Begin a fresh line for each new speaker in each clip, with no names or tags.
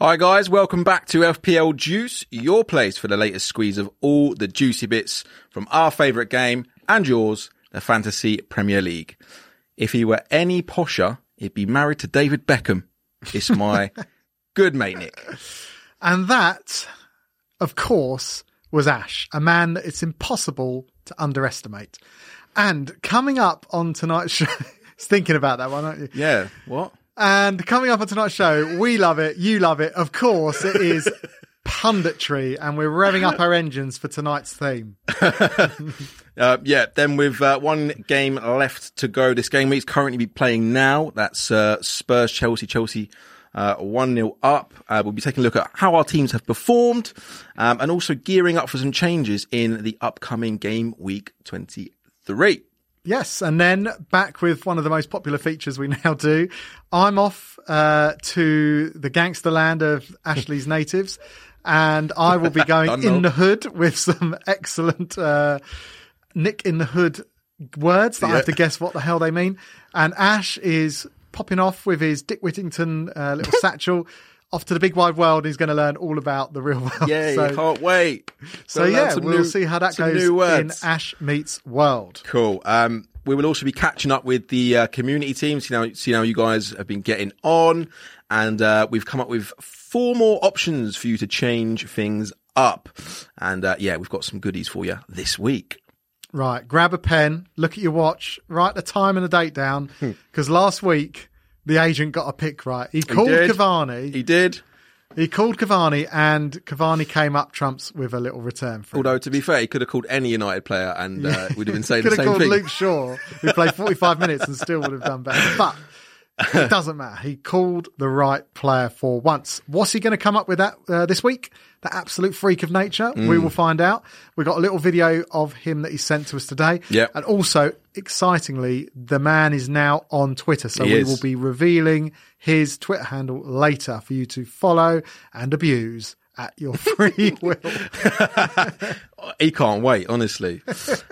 Hi guys, welcome back to FPL Juice, your place for the latest squeeze of all the juicy bits from our favourite game and yours, the Fantasy Premier League. If he were any posher, he'd be married to David Beckham. It's my good mate Nick.
And that, of course, was Ash, a man that it's impossible to underestimate. And coming up on tonight's show, it's thinking about that one, aren't you?
Yeah, what?
And coming up on tonight's show, we love it, you love it. Of course, it is punditry, and we're revving up our engines for tonight's theme.
Uh, yeah, then with uh, one game left to go this game week's currently be playing now. That's uh, Spurs Chelsea. Chelsea uh, 1 0 up. Uh, we'll be taking a look at how our teams have performed um, and also gearing up for some changes in the upcoming game week 23.
Yes, and then back with one of the most popular features we now do. I'm off uh, to the gangster land of Ashley's natives, and I will be going
Dunlop.
in the hood with some excellent uh, Nick in the hood words that I have to guess what the hell they mean. And Ash is popping off with his Dick Whittington uh, little satchel. Off to the big wide world, he's going to learn all about the real world.
Yay,
so,
can't wait.
so
We'll learn
yeah,
some
we'll
new-
see how that
some
goes
new
in
words.
Ash Meets World.
Cool. Um, we will also be catching up with the uh, community team, see how, see how you guys have been getting on. And uh, we've come up with four more options for you to change things up. And uh, yeah, we've got some goodies for you this week.
Right, grab a pen, look at your watch, write the time and the date down,
Hmm.
because last week the agent got a pick right. He called
did.
Cavani.
He
He,
did.
called Cavani, and Cavani came up trumps with a little return for. him.
Although, to be fair, he could have called any United player and uh, we'd have been saying
Could
the
have
same
called
thing.
Luke Shaw, who played 45 minutes and still would have done better. But it doesn't matter. He called the right player for once. What's he going to come up with that uh, this week? That absolute freak of nature.
Mm.
We will find out. We got a little video of him that he sent to us today.
Yep.
And also, excitingly, the man is now on Twitter. So
He
we
is.
will be revealing his Twitter handle later for you to follow and abuse at your free will.
He can't wait, honestly.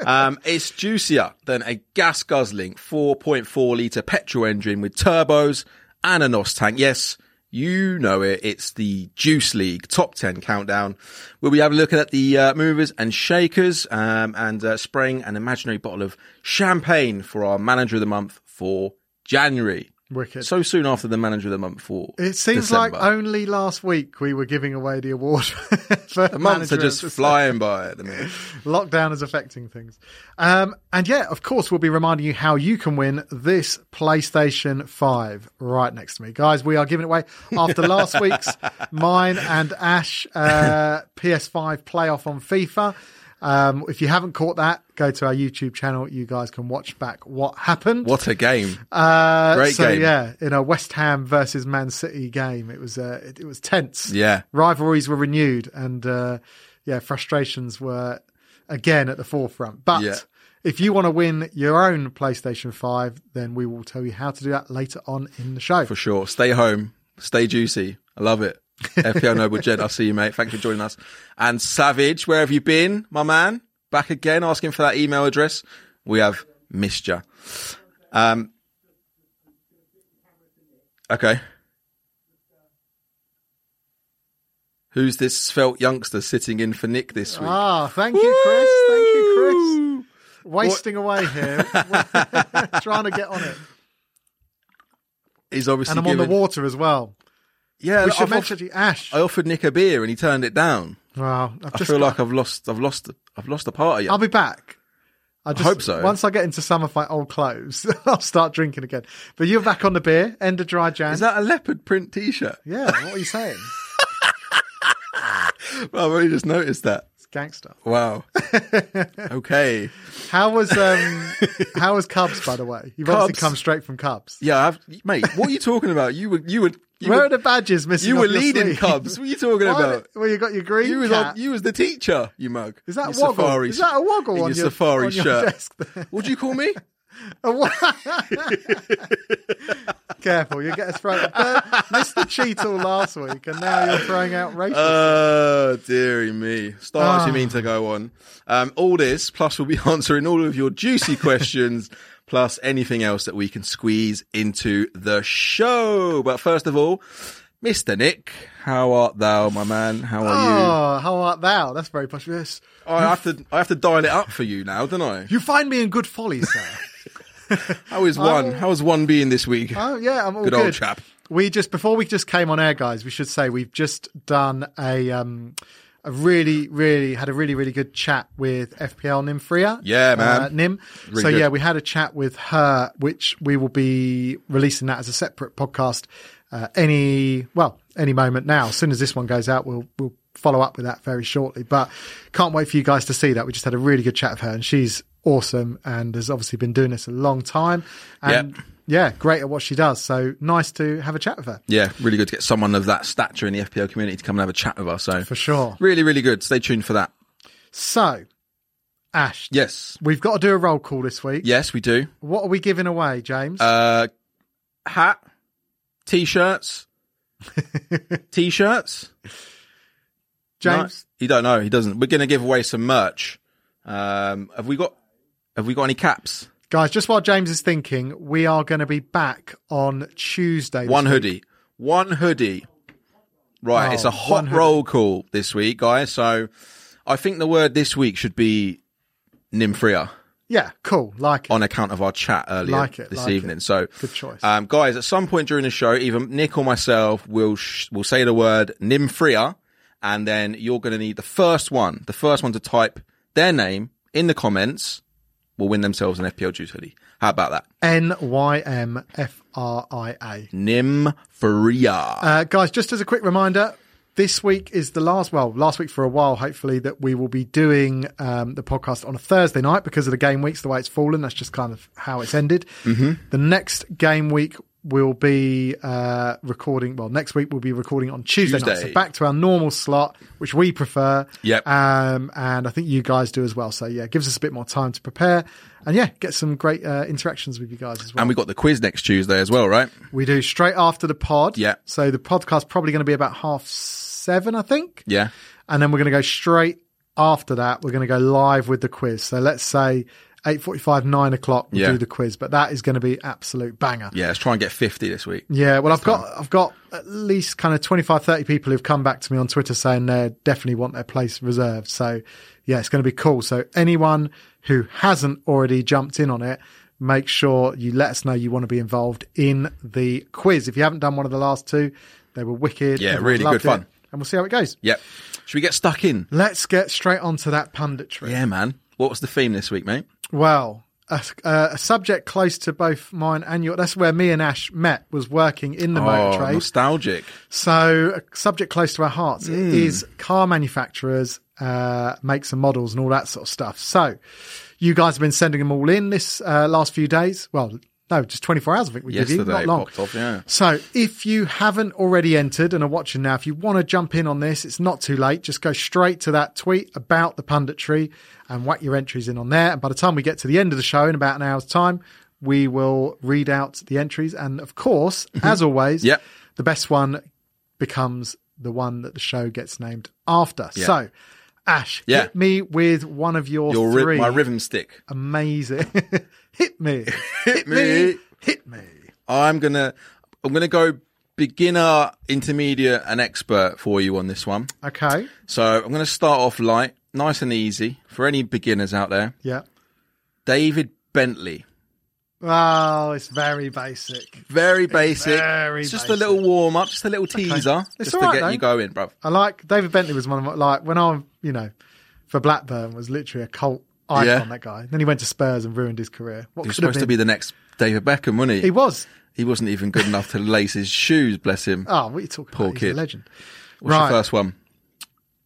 um, it's juicier than a gas guzzling 4.4 litre petrol engine with turbos and a NOS tank. Yes, you know it. It's the Juice League top 10 countdown. We'll be having a look at the uh, movers and shakers um, and uh, spraying an imaginary bottle of champagne for our manager of the month for January.
Wicked.
So soon after the manager of the month for
It seems
December.
like only last week we were giving away the award. for
months
manager
are
of
just
the-
flying by at the minute.
Lockdown is affecting things. Um, and yeah, of course, we'll be reminding you how you can win this PlayStation 5 right next to me. Guys, we are giving it away after last week's mine and Ash uh, PS5 playoff on FIFA. Um, if you haven't caught that, go to our YouTube channel. You guys can watch back what happened.
What a game!
Uh,
Great
so
game.
yeah, in a West Ham versus Man City game, it was uh, it, it was tense.
Yeah.
rivalries were renewed, and uh, yeah, frustrations were again at the forefront. But
Yeah.
if you want to win your own PlayStation Five, then we will tell you how to do that later on in the show.
for sure. Stay home, stay juicy. I love it. FPL Noble Jed, I'll see you, mate. Thanks for joining us. And Savage, where have you been, my man? Back again, asking for that email address. We have missed you. Um, okay. Who's this svelte youngster sitting in for Nick this week?
Ah, thank you, Chris. Thank you, Chris. Wasting away here, trying to get on it,
He's obviously
and I'm on
given,
the water as well.
Yeah,
We should
I've
mention
off-
actually, Ash.
I offered Nick a beer and he turned it down.
Wow, I've
I
just
feel like I've lost. I've lost. I've lost a part of you.
I'll be back. I just,
hope so.
Once I get into some of my old clothes, I'll start drinking again. But you're back on the beer, end of dry Jan.
Is that a leopard print T-shirt?
yeah, what are you saying?
Well, I've only just noticed that.
It's gangster.
Wow. okay.
How was um, how was Cubs by the way? You've obviously
Cubs.
come straight from Cubs.
Yeah, I've, mate. What are you talking about? You were you were you
Where
were,
are the badges missing?
you
off
were
your
leading
sleeve?
Cubs. What are you talking
Why
about?
did- Well, you got your green
You was
cap.
on, you was the teacher. You mug.
Is that
Your
woggle?
Safari,
Is that a woggle
in
on
your
your-
safari
on your
shirt?
desk there?
what do you call me?
Careful, you get us thrown. Uh, Mr. Cheetle last week, and now you're throwing out racist.
Oh, dearie me. Stars you
Ah.
mean to go on. Um, all this, plus we'll be answering all of your juicy questions, plus anything else that we can squeeze into the show. But first of all, Mr. Nick, How art thou, my man? How are Uh, you?
Oh, how art thou? That's very posh. Yes.
I have to I have to dial it up for you now, don't I?
You find me in good folly, sir.
How is one? How is one being this week?
Oh yeah, I'm all
Good
good.
old chap.
We just before we just came on air, guys. We should say we've just done a um a really really had a really really good chat with FPL Nimfria.
Yeah, man.
uh, Nim.
Really
so
good.
yeah, we had a chat with her, which we will be releasing that as a separate podcast. Uh, any well, any moment now. As soon as this one goes out, we'll we'll follow up with that very shortly. But can't wait for you guys to see that. We just had a really good chat with her, and she's awesome, and has obviously been doing this a long time. And
Yep.
yeah, great at what she does. So nice to have a chat with her
Yeah, really good to get someone of that stature in the FPL community to come and have a chat with us. So
for sure.
really, really good. Stay tuned for that.
So, Ash,
Yes,
we've got to do a roll call this week.
yes, we do.
What are we giving away, James?
Uh, hat, t-shirts, t-shirts.
James,
No, he don't know. He doesn't. We're gonna give away some merch. Um, have we got? Have we got any caps?
guys, just while James is thinking, we are going to be back on Tuesday. this
One
week.
hoodie. One hoodie. Right,
Oh,
it's a
one
hot
hoodie.
roll call this week, guys. So I think the word this week should be Nymphria
Yeah, cool. Like, it.
on account of our chat earlier
Like it,
this
like it.
evening. So
good choice.
Um, guys, at some point during the show, either Nick or myself will sh- will say the word Nimfria, and then you're going to need the first one, the first one to type their name in the comments will win themselves an FPL Juice hoodie. How about that?
N Y M F R I A.
Nimfria.
Uh, guys, just as a quick reminder, this week is the last, well, last week for a while, hopefully, that we will be doing um, the podcast on a Thursday night because of the game weeks, the way it's fallen. That's just kind of how it's ended.
Mm-hmm.
The next game week will be uh, recording, well, next week we'll be recording on Tuesday, night.
Tuesday.
So back to our normal slot, which we prefer.
Yep.
Um, and I think you guys do as well. So yeah, it gives us a bit more time to prepare and yeah, get some great uh, interactions with you guys as well.
and we got the quiz next Tuesday as well, right?
We do straight after the pod.
Yeah.
So the podcast's probably going to be about half seven, I think.
Yeah.
And then we're going to go straight after that. We're going to go live with the quiz. So let's say eight forty-five, nine o'clock. We
Yeah.
do the quiz, but that is going to be absolute banger.
Yeah, let's try and get 50 this week.
Yeah, well, I've got I've got at least kind of 25, 30 people who've come back to me on Twitter saying they definitely want their place reserved. So, yeah, it's going to be cool. So, anyone who hasn't already jumped in on it, make sure you let us know you want to be involved in the quiz. If you haven't done one of the last two, they were wicked.
Yeah,
Everyone
really
loved
good
it.
fun.
And we'll see how it goes.
Yep. Should we get stuck in?
Let's get straight on to that punditry.
Yeah, man. What was the theme this week, mate?
Well, a, a subject close to both mine and your. That's where me and Ash met, was working in the
Oh,
motor trade.
nostalgic.
So, a subject close to our hearts
Hmm.
is car manufacturers, uh, makes and models, and all that sort of stuff. So, you guys have been sending them all in this uh, last few days. Well, no, just 24 hours, I think we give you.
Yesterday
Not
it
long.
popped off, yeah.
So, if you haven't already entered and are watching now, if you want to jump in on this, it's not too late. Just go straight to that tweet about the punditry and whack your entries in on there. And by the time we get to the end of the show in about an hour's time, we will read out the entries. And of course,
Mm-hmm.
as always,
Yep.
the best one becomes the one that the show gets named after. So, Ash,
Yeah.
hit me with one of your,
Your
three.
ri- my rhythm stick.
Amazing. hit me. Hit
me.
Hit me.
I'm gonna I'm gonna go beginner, intermediate, and expert for you on this one.
Okay.
So I'm gonna start off light, nice and easy for any beginners out there.
Yeah.
David Bentley,
Oh, it's very basic.
very basic.
Very
it's just
basic.
a little warm up, just a little teaser, just
It's
to
all right,
get
though.
you going, bruv.
I like David Bentley was one of my like when I you know for Blackburn was literally a cult icon.
Yeah.
That guy. Then he went to Spurs and ruined his career. What
He was
could have
supposed
been?
to be the next David Beckham, wasn't he?
he
He,
was.
wasn't even good enough to lace his shoes. Bless him.
Oh, what are you talking
Poor
about? He's
kid.
a legend.
What's
right.
your first one?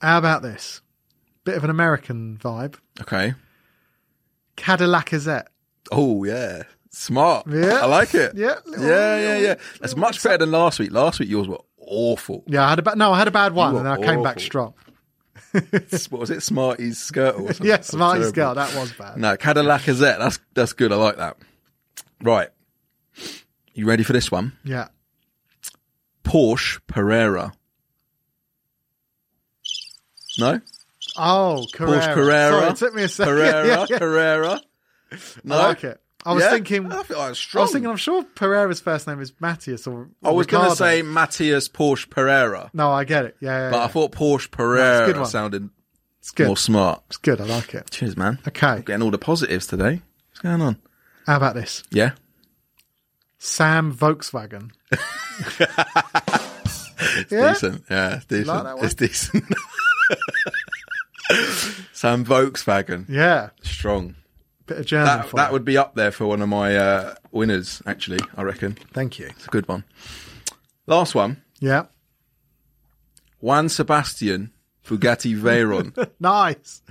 How about this? Bit of an American vibe.
Okay.
Cadillac Azette.
Oh yeah, smart.
Yeah.
I like it.
Yeah.
yeah, yeah, yeah. That's much better than last week. Last week yours were awful.
Yeah, I had a bad no, I had a bad one
You
and
are
I came back
awful.
strong.
what was it? Smarties skirt or something?
Yes, Marty's girl,
Terrible.
that was bad.
No, Cadillac Azette. That's that's good. I like that. Right. You ready for this one?
Yeah.
Porsche Pereira. No?
Oh, Carrera.
Porsche Carrera.
Sorry, it took me a second.
Pereira.
Yeah, yeah, yeah.
Pereira. No.
I like it. I was
Yeah?
thinking.
I,
I,
feel like it's strong.
was thinking. I'm sure Pereira's first name is Matthias or.
I was going
Ricardo.
to say Matias Porsche Pereira,
No, I get it. Yeah, yeah,
but
yeah.
I thought Porsche
good
Pereira
one.
sounded
it's good.
more smart.
It's good. I like it.
Cheers, man.
Okay.
Getting all the positives today. What's going on?
How about this?
Yeah.
Sam Volkswagen.
It's
Yeah?
decent. Yeah, it's decent.
Like that one?
it's decent. Sam Volkswagen.
Yeah,
Strong.
bit of German
That,
for
that
you.
would be up there for one of my uh, winners, actually, I reckon.
Thank you.
It's a good one. Last one
Yeah,
Juan Sebastian Bugatti Veyron.
nice,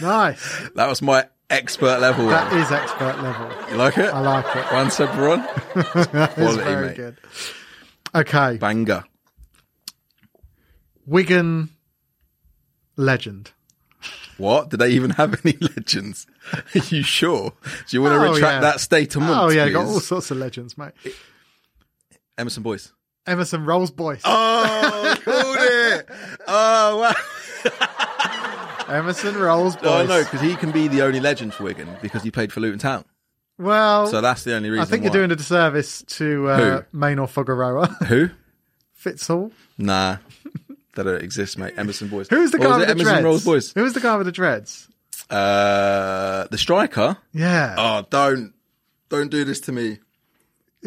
nice.
that was my expert level one.
That is expert level.
You like it?
I like it.
Juan Sebron.
It's
Quality,
very
mate.
good. Okay,
Banger.
Wigan legend.
What? Do they even have any legends? Are you sure? Do you want to
Oh,
retract
yeah.
that statement?
Oh yeah, got
please?
all sorts of legends, mate.
Emerson Boyce.
Emerson Rolls Boyce.
Oh, called it. Oh, wow.
Emerson Rolls Boyce.
Oh, no, because he can be the only legend for Wigan because he played for Luton Town.
Well,
So that's the only reason.
I think
why.
you're doing a disservice to uh, Maynor Fogaroa.
Who?
Fitzhall.
Nah. That don't exist, mate. Emerson Boyce.
Who's the
Or
guy
was
with
it
the
Emerson
dreads?
Rolls Boyce?
Who is the guy with the dreads?
Uh, the striker.
Yeah.
Oh, don't, don't do this to me.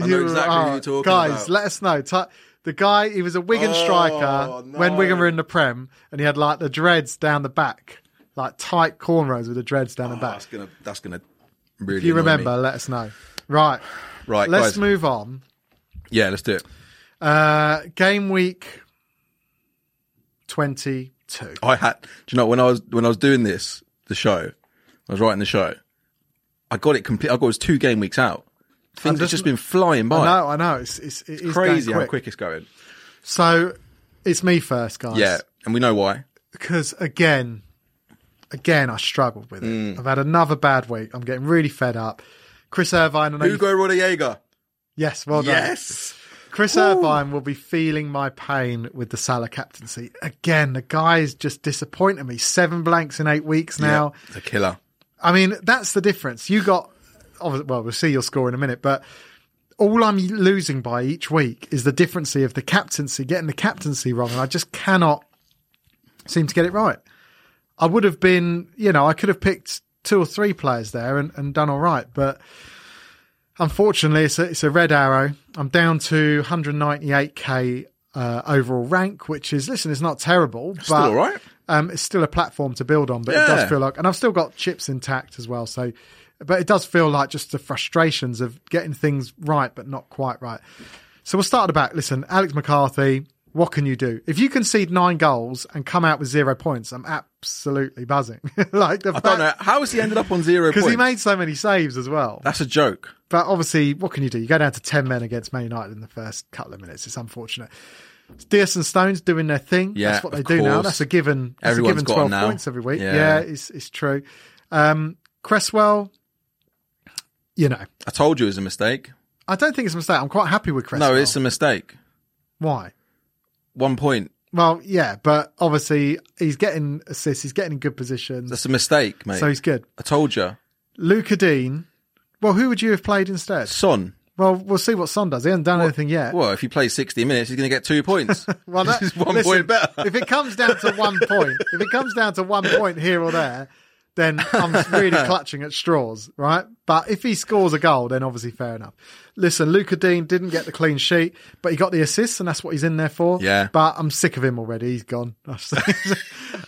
I know
You
exactly who
are-
you're talking
guys,
about.
let us know. Ty- the guy, he was a Wigan
Oh,
striker when
no.
Wigan were in the Prem, and he had like the dreads down the back, like tight cornrows with the dreads down the
Oh,
back.
that's gonna, that's gonna really.
If you
annoy me.
remember, let us know. Right,
right?
let's
guys.
move on.
Yeah, let's do it.
Uh, game week twenty-two.
I had. Do you know when I was when I was doing this the show, when I was writing the show. I got it complete. I got it was two game weeks out. Things have
just-
just been flying by.
No, I know it's it's it is
Crazy
going
how quick Oh, it's going.
So it's me first, guys.
Yeah, and we know why.
because again, again, I struggled with it.
Mm.
I've had another bad week. I'm getting really fed up. Chris Irvine, I know. you-
Hugo Rodriguez.
yes, well done.
Yes.
Chris Irvine will be feeling my pain with the Salah captaincy again. The guy is just disappointing me. Seven blanks in eight weeks now.
Yeah, the killer.
I mean, that's the difference. You got, obvi- well, we'll see your score in a minute, but all I'm losing by each week is the difference of the captaincy, getting the captaincy wrong, and I just cannot seem to get it right. I would have been, you know, I could have picked two or three players there and, and done all right, but unfortunately, it's a, it's a red arrow. I'm down to 198k uh, overall rank, which is, listen, it's not terrible, but
Still all right.
um, it's still a platform to build on, but it
Yeah.
does feel like, and I've still got chips intact as well. So, but it does feel like just the frustrations of getting things right, but not quite right. So we'll start at the back. Listen, Alex McCarthy, what can you do? If you concede nine goals and come out with zero points, I'm absolutely buzzing. like the
I don't know how has he ended up on zero
because
points.
he made so many saves as well.
That's a joke.
But obviously, what can you do? You go down to 10 men against Man United in the first couple of minutes. It's unfortunate. Diaz and Stone's doing their thing.
Yeah,
that's what they
of
do now.
course.
That's a given. That's
Everyone's
a
got
given 12
them now.
points every week.
Yeah.
Yeah, it's, it's true. Um, Cresswell, you know,
I told you it was a mistake.
I don't think it's a mistake. I'm quite happy with Cresswell.
No, it's a mistake.
Why?
One point.
Well, yeah, but obviously he's getting assists. He's getting in good positions.
That's a mistake, mate.
So he's good.
I told you.
Luca Dean. Well, who would you have played instead?
Son.
Well, we'll see what Son does. He hasn't done anything yet.
Well, if you play 60 minutes, he's going to get two points.
Well, that,
This is one
listen,
point better.
If it comes down to one point, if it comes down to one point here or there, then I'm really clutching at straws, right? But if he scores a goal, then obviously fair enough. Listen, Luca Dean didn't get the clean sheet, but he got the assists, and that's what he's in there for.
Yeah.
But I'm sick of him already. He's gone.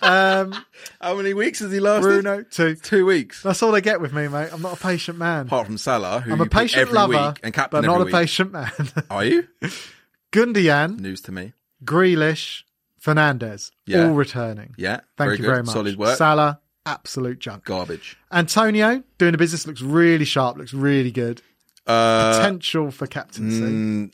um,
How many weeks has he lasted?
Bruno, two.
Two weeks.
That's all they get with me, mate. I'm not a patient man.
Apart from Salah, who
I'm
you
a
pick
patient
every
lover,
week and captain
but not a
every week.
patient man.
Are you?
Gundian,
News to me.
Grealish, Fernandez,
Yeah.
all returning.
Yeah.
Thank
very
you
good.
very much.
Solid work.
Salah, absolute junk.
Garbage.
Antonio doing the business looks really sharp, looks really good.
Uh,
Potential for captaincy.
mm,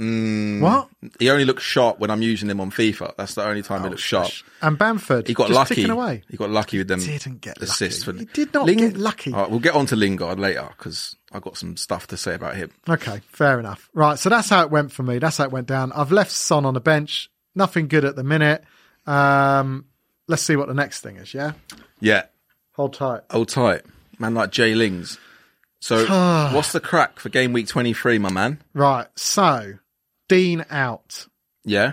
mm,
What?
He only looks sharp when I'm using him on FIFA. That's the only
Oh,
time he looks sharp.
And Bamford
He got
just
lucky.
ticking away.
He got lucky with them
Didn't get
assists.
lucky.
For...
He did not
Ling- Oh.
get lucky.
All right, we'll get on to Lingard later because I've got some stuff to say about him.
Okay, fair enough. Right, so that's how it went for me. That's how it went down. I've left Son on the bench. Nothing good at the minute. Um, let's see what the next thing is. Yeah,
Yeah.
hold tight.
Hold tight. Man like Jay Lings. So what's the crack for game week 23, my man?
Right. So Dean out
Yeah.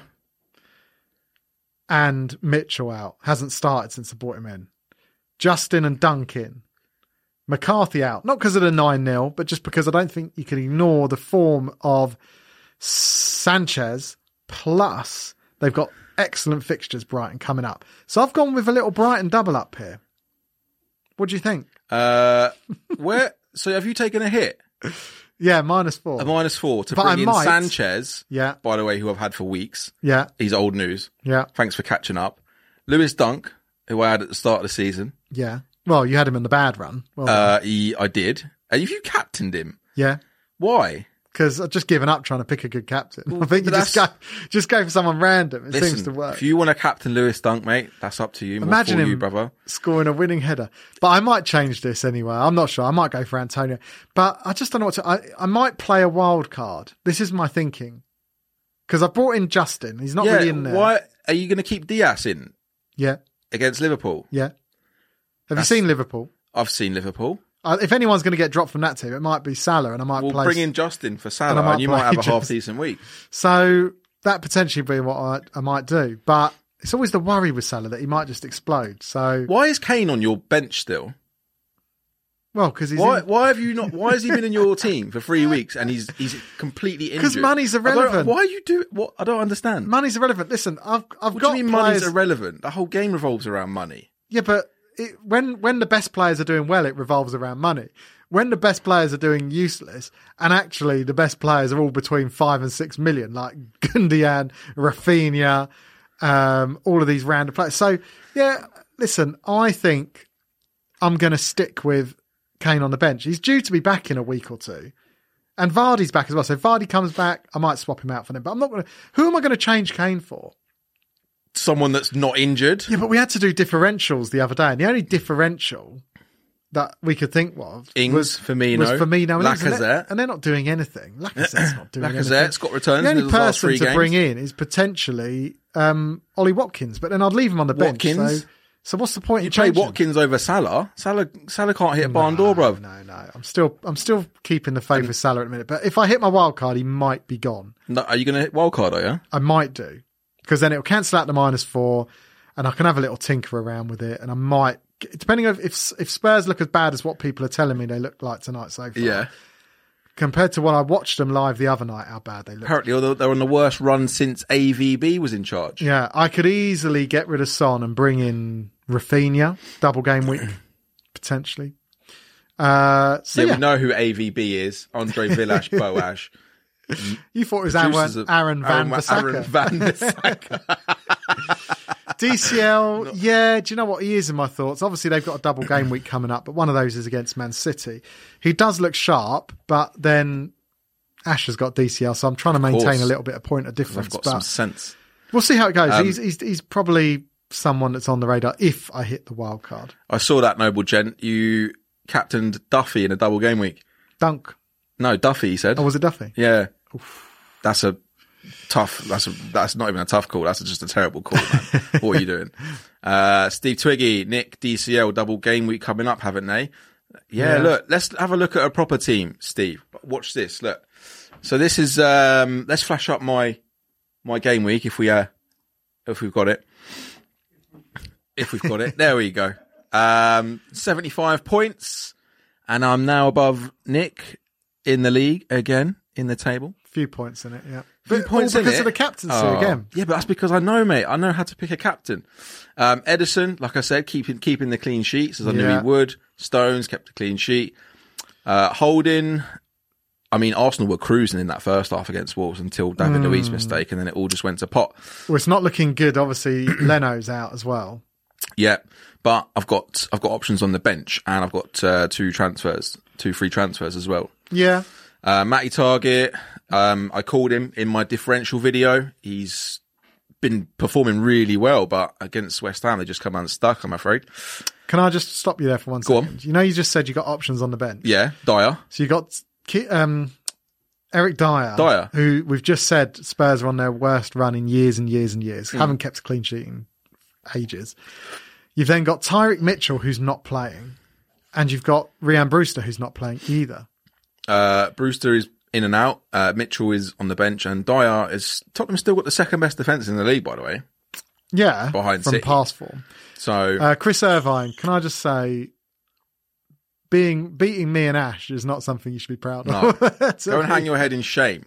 and Mitchell out. Hasn't started since I brought him in. Justin and Duncan. McCarthy out. Not because of the 9 0, but just because I don't think you can ignore the form of Sanchez. Plus, they've got excellent fixtures, Brighton, coming up. So I've gone with a little Brighton double up here. What do you think?
Uh, where? So have you taken a hit?
Yeah, minus four.
A minus four to
But I
bring in
might.
Sanchez,
yeah,
by the way, who I've had for weeks.
yeah,
He's old news.
yeah,
Thanks for catching up. Lewis Dunk, who I had at the start of the season.
yeah. Well, you had him in the bad run. Well,
Uh, he, I did. And if you captained him,
yeah.
why?
because I've just given up trying to pick a good captain. I think you
but
just go, just go for someone random. It
Listen,
seems to work.
if you want to captain Lewis Dunk, mate, that's up to you. More
Imagine
for
him-
you, brother.
Scoring a winning header, but I might change this anyway. I'm not sure. I might go for Antonio, but I just don't know what to. I, I might play a wild card. This is my thinking because I brought in Justin. He's not
yeah.
really in there.
Why are you going to keep Diaz in
Yeah,
against Liverpool?
yeah. Have
That's-
you seen Liverpool?
I've seen Liverpool.
Uh, if anyone's going to get dropped from that team, it might be Salah, and I might
We'll
play
bring in Justin for
And
Salah,
I
and,
might
you might
play
have a
Justin.
half decent week.
So that potentially being what I, I might do, but it's always the worry with Salah that he might just explode. So
Why is Kane on your bench still?
well, because he's
Why? Why have you not? Why has he been in your team for three weeks and he's he's completely injured?
'Cause money's
I don't-
irrelevant.
Why you do? What I don't understand.
in, money's irrelevant. Listen, I've I've
what do
got
you mean
players.
money's irrelevant? The whole game revolves around money.
yeah, but it, when when the best players are doing well, it revolves around money. When the best players are doing useless, and actually the best players are all between five and six million, like Gundian, Rafinha, um, all of these random players. So yeah, listen, I think I'm going to stick with Kane on the bench. He's due to be back in a week or two. And Vardy's back as well. So if Vardy comes back, I might swap him out for him. But I'm not going to. Who am I going to change Kane for?
Someone that's not injured.
Yeah, but we had to do differentials the other day, and the only differential that we could think of
Ings,
was
Firmino,
was Firmino and Ings, and they're-
Lacazette.
and they're not doing anything. Lacazette's not doing anything.
Lacazette's got returns
The
in
only
his last
person
three
to
games.
bring in is potentially um, Ollie Watkins, but then I'd leave him on the bench.
Watkins?
So, so what's the point? You
Play Watkins over Salah. Salah Salah can't hit a barn door, bruv.
No, no, I'm still I'm still keeping the favour with Salah at the minute. But if I hit my wild card, he might be gone.
No, are you going to hit wildcard? Are you?
I might do because then it'll cancel out the minus four, and I can have a little tinker around with it. And I might, depending on if if Spurs look as bad as what people are telling me they look like tonight so far,
Yeah.
compared to when I watched them live the other night, how bad they look.
Apparently, although they're on the worst run since AVB was in charge.
yeah, I could easily get rid of Son and bring in Rafinha, double game week potentially. Uh, so
yeah,
yeah,
we know who AVB is. Andre Villash Boash.
you thought it was Aaron,
Producers of-
Aaron Van Bissaka.
Aaron Van Bissaka.
DCL, yeah, do you know what he is in my thoughts? Obviously, they've got a double game week coming up, but one of those is against Man City. He does look sharp, but then Ash has got DCL, so I'm trying to maintain
course.
a little bit of point of
I've
difference.
got
But
some Um, sense.
we'll see how it goes. he's, he's he's probably someone that's on the radar if I hit the wild card.
I saw that noble gent. You captained Duffy in a double game week.
Dunk,
No, Duffy. He said.
or was it Duffy?
Yeah, that's a tough. That's a, that's not even a tough call. That's just a terrible call. Man. what are you doing? Uh, Steve Twiggy, Nick DCL double game week coming up, haven't they? Yeah,
Yeah.
Look, let's have a look at a proper team, Steve. Watch this. Look. So this is. um Let's flash up my my game week if we uh if we've got it. If we've got it, there we go. Um, seventy five points, and I'm now above Nick in the league again in the table.
Few points in it, yeah.
Few
But all because
innit?
of the captaincy
Oh,
again.
Yeah, but that's because I know, mate. I know how to pick a captain. Um, Edison, like I said, keeping keeping the clean sheets as I knew
Yeah.
he would. Stones kept a clean sheet. Uh, Holding. I mean, Arsenal were cruising in that first half against Wolves until David
Hmm.
Luiz's mistake, and then it all just went to pot.
Well, it's not looking good. Obviously, Leno's out as well.
Yeah, but I've got I've got options on the bench, and I've got uh, two transfers, two free transfers as well.
Yeah,
Uh, Matty Target, um, I called him in my differential video. He's been performing really well, but against West Ham, they just come unstuck, I'm afraid.
can I just stop you there for one second?
Go on.
You know, you just said you got options on the bench.
Yeah, Dyer.
So you got Ki- um, Eric Dyer,
Dyer.
who we've just said Spurs are on their worst run in years and years and
Hmm.
years, haven't kept a clean sheet in ages. You've then got Tyreek Mitchell, who's not playing, And you've got Ryan Brewster, who's not playing either.
Uh, Brewster is in and out. Uh, Mitchell is on the bench, and Dyer is. Tottenham still got the second best defence in the league, by the way.
Yeah,
Behind
from
City.
pass form.
So
Uh, Chris Irvine, can I just say, being beating me and Ash is not something you should be proud of.
go and hang your head in shame.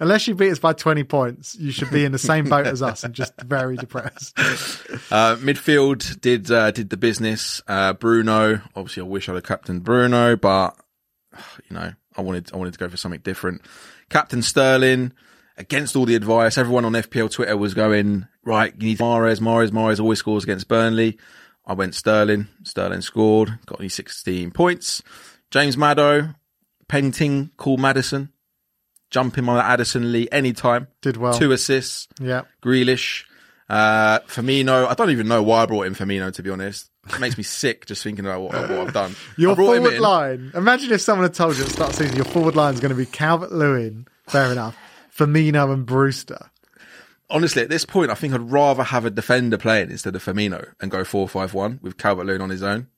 Unless you beat us by twenty points, you should be in the same boat as us and just very depressed.
Uh, midfield did uh, did the business. Uh, Bruno, obviously, I wish I'd have captained Bruno, but you know, I wanted I wanted to go for something different. Captain Sterling, against all the advice, everyone on FPL Twitter was going right. You need Mares, Mares, Mares always scores against Burnley. I went Sterling. Sterling scored, got me sixteen points. James Maddo, painting, call Madison, jumping on Addison Lee anytime.
Did well.
Two assists.
Yeah,
Grealish, uh, Firmino. I don't even know why I brought in Firmino. To be honest, it makes me sick just thinking about what, what I've done. I
your
brought
forward
in.
line. Imagine if someone had told you at the start of the season your forward line is going to be Calvert Lewin. Fair enough. Firmino and Brewster.
Honestly, at this point, I think I'd rather have a defender playing instead of Firmino and go four-five-one with Calvert Lewin on his own.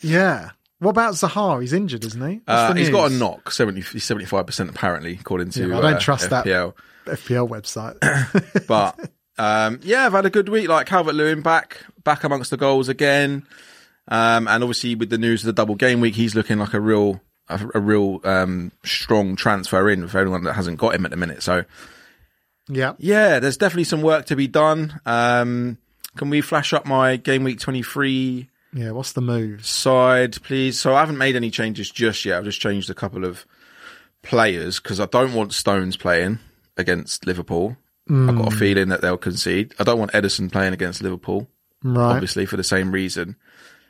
Yeah. What about Zahar? He's injured, isn't he? What's
Uh,
the
he's got a
news?
knock, 75 percent apparently, according to.
Yeah, I don't
uh,
trust that.
FPL.
FPL website.
But um, yeah, I've had a good week. Like Calvert Lewin back, back amongst the goals again, um, and obviously with the news of the double game week, he's looking like a real, a, a real um, strong transfer in for anyone that hasn't got him at the minute. So
yeah.
yeah, there's definitely some work to be done. Um, can we flash up my game week 23
Yeah. What's the moves?
side, please? So I haven't made any changes just yet. I've just changed a couple of players because I don't want Stones playing against Liverpool. I've
Hmm.
got a feeling that they'll concede. I don't want Edison playing against Liverpool,
Right.
obviously for the same reason.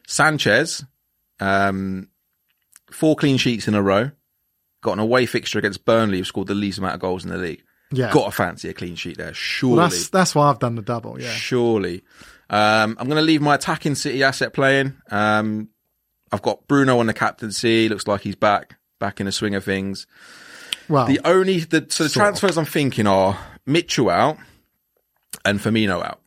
Sanchez, um, four clean sheets in a row, got an away fixture against Burnley, who scored the least amount of goals in the league.
Yeah.
Got to fancy a clean sheet there, surely.
Well, that's that's why I've done the double. Yeah.
Surely. Um, I'm going to leave my attacking City asset playing. Um, I've got Bruno on the captaincy. Looks like he's back, back in the swing of things.
Well,
The only the so the
Sort of.
transfers I'm thinking are Mitchell out and Firmino out.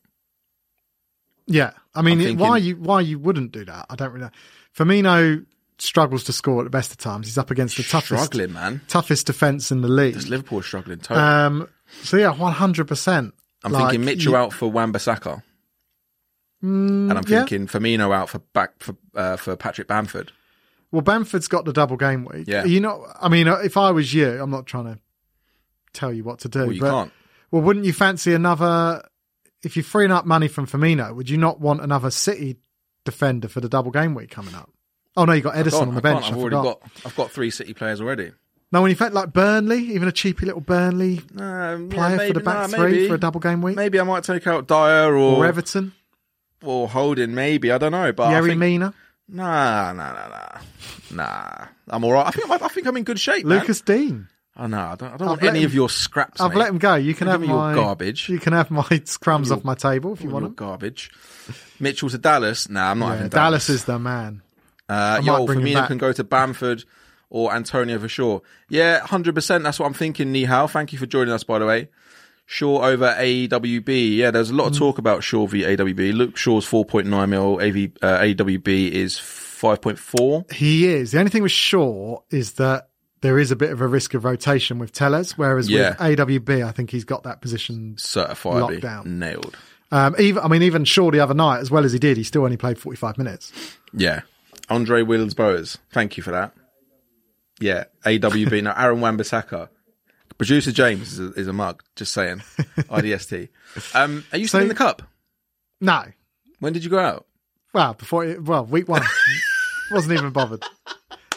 yeah. I
I'm
mean,
thinking-
why you why you wouldn't do that? I don't really. know. Firmino struggles to score at the best of times. He's up against the toughest
Struggling, man.
toughest defense in the league.
It's Liverpool struggling totally.
Um. So yeah, one hundred percent.
I'm thinking Mitchell out for Wan-Bissaka,
mm,
and I'm
yeah.
thinking Firmino out for back for uh, for Patrick Bamford.
Well, Bamford's got the double game week.
Yeah.
You know, I mean, uh, if I was you, I'm not trying to tell you what to do.
Well, you
but
can't.
Well, wouldn't you fancy another? If you're freeing up money from Firmino, would you not want another City defender for the double game week coming up? Oh no, you got Edison
Can't,
on
I
the
can't.
bench. I
I've already
forgot.
got I've got three City players already.
No, when you felt like Burnley, even a cheapy little Burnley
Um, yeah,
player
maybe-
for the back
nah,
three
maybe.
for a double game week,
Maybe I might take out Dyer
or
or or,
Everton,
Holding. Maybe I don't know, but Oh, I
Yerry
think,
Mina,
nah, nah, nah, nah, nah. I'm all right. I think I'm, I think I'm in good shape, man.
Lucas Dean.
Oh no, I don't, I don't
I've
want
let
any
him-
of your scraps.
I've
mate.
let him go. You can
Give
have
me your
my
garbage.
You can have my crumbs off my table if you
All
want
your
them.
garbage. Mitchell to Dallas. Nah, I'm not
Yeah,
having
Dallas is the man.
Uh,
might
Yoel
bring him
Firmino
back.
can go to Bamford or Antonio for sure. Yeah, hundred percent. That's what I'm thinking. Nihao, thank you for joining us. By the way, Shaw over AWB. Yeah, there's a
Mm.
lot of talk about Shaw v AWB. Luke Shaw's 4.9 mil. AV, uh, AWB is 5.4.
He is. The only thing with Shaw is that there is a bit of a risk of rotation with Tellers, whereas
Yeah.
with AWB, I think he's got that position.
Certifiably
Lockdown.
nailed.
Um, even I mean, even Shaw the other night, as well as he did, he still only played forty five minutes.
Yeah, Andre Wills Boas. Thank you for that. Yeah, AWB. now Aaron Wan-Bissaka. Producer James is a, is a mug. Just saying. IDST. Um, are you still
So-
in the cup?
No,
When did you go out?
well, before it, well, week one, wasn't even bothered.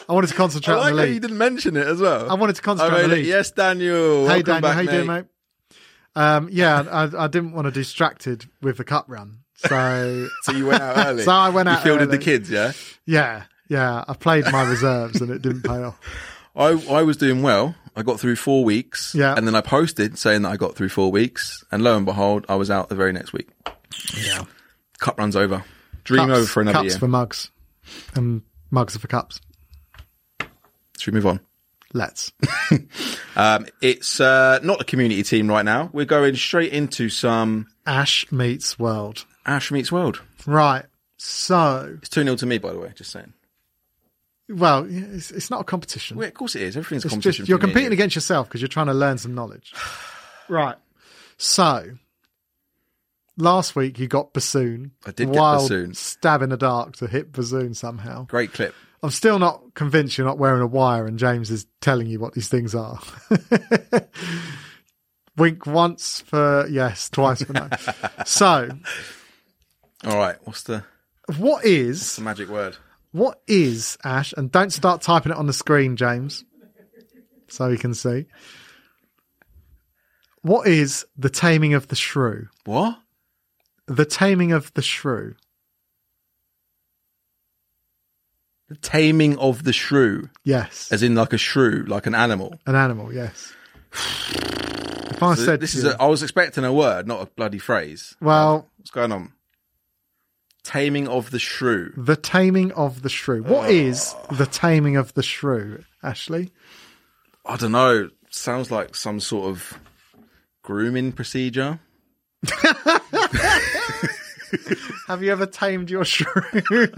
I wanted to concentrate
I like
on the
how
league.
you didn't mention it as well.
I wanted to concentrate on the
mean,
league.
Yes, Daniel. Welcome
hey Daniel,
back,
how you
mate.
doing, mate? Um, yeah, I, I didn't want to be distracted with the cup run, so
So you went out early.
So I went out
You fielded
early.
the kids, yeah.
yeah, yeah, I played my reserves and it didn't pay off.
I I was doing well. I got through four weeks,
Yeah.
and then I posted saying that I got through four weeks, and lo and behold, I was out the very next week.
Yeah.
Cup runs over. Dream over for another
cups
year.
for mugs, and mugs are for cups.
Should we move on?
Let's.
Um, it's uh, not a community team right now. We're going straight into some
Ash meets world.
Ash meets World.
Right. So,
It's 2 0 to me, by the way, just saying.
well, yeah, it's, it's not a competition.
Well, of course it is. Everything's a
It's
competition.
just you're
for me.
competing against yourself because you're trying to learn some knowledge. right. So last week you got bassoon.
I did get
Wild
bassoon.
Stab in the dark to hit bassoon somehow.
Great clip.
I'm still not convinced you're not wearing a wire and James is telling you what these things are. Wink once for yes, twice for no. so
All right. What's the,
what is
the magic word?
What is Ash? And don't start typing it on the screen, James, so you can see. What is the taming of the shrew?
What?
The taming of the shrew.
The taming of the shrew,
Yes,
as in like a shrew, like an animal.
an animal. Yes. If I
So
said
this
to
is
you-
a, I was expecting a word, not a bloody phrase.
well,
What's going on? Taming of the shrew.
the taming of the shrew. What
Oh.
is the taming of the shrew, Ashley?
I don't know. Sounds like some sort of grooming procedure.
Have you ever tamed your shrew?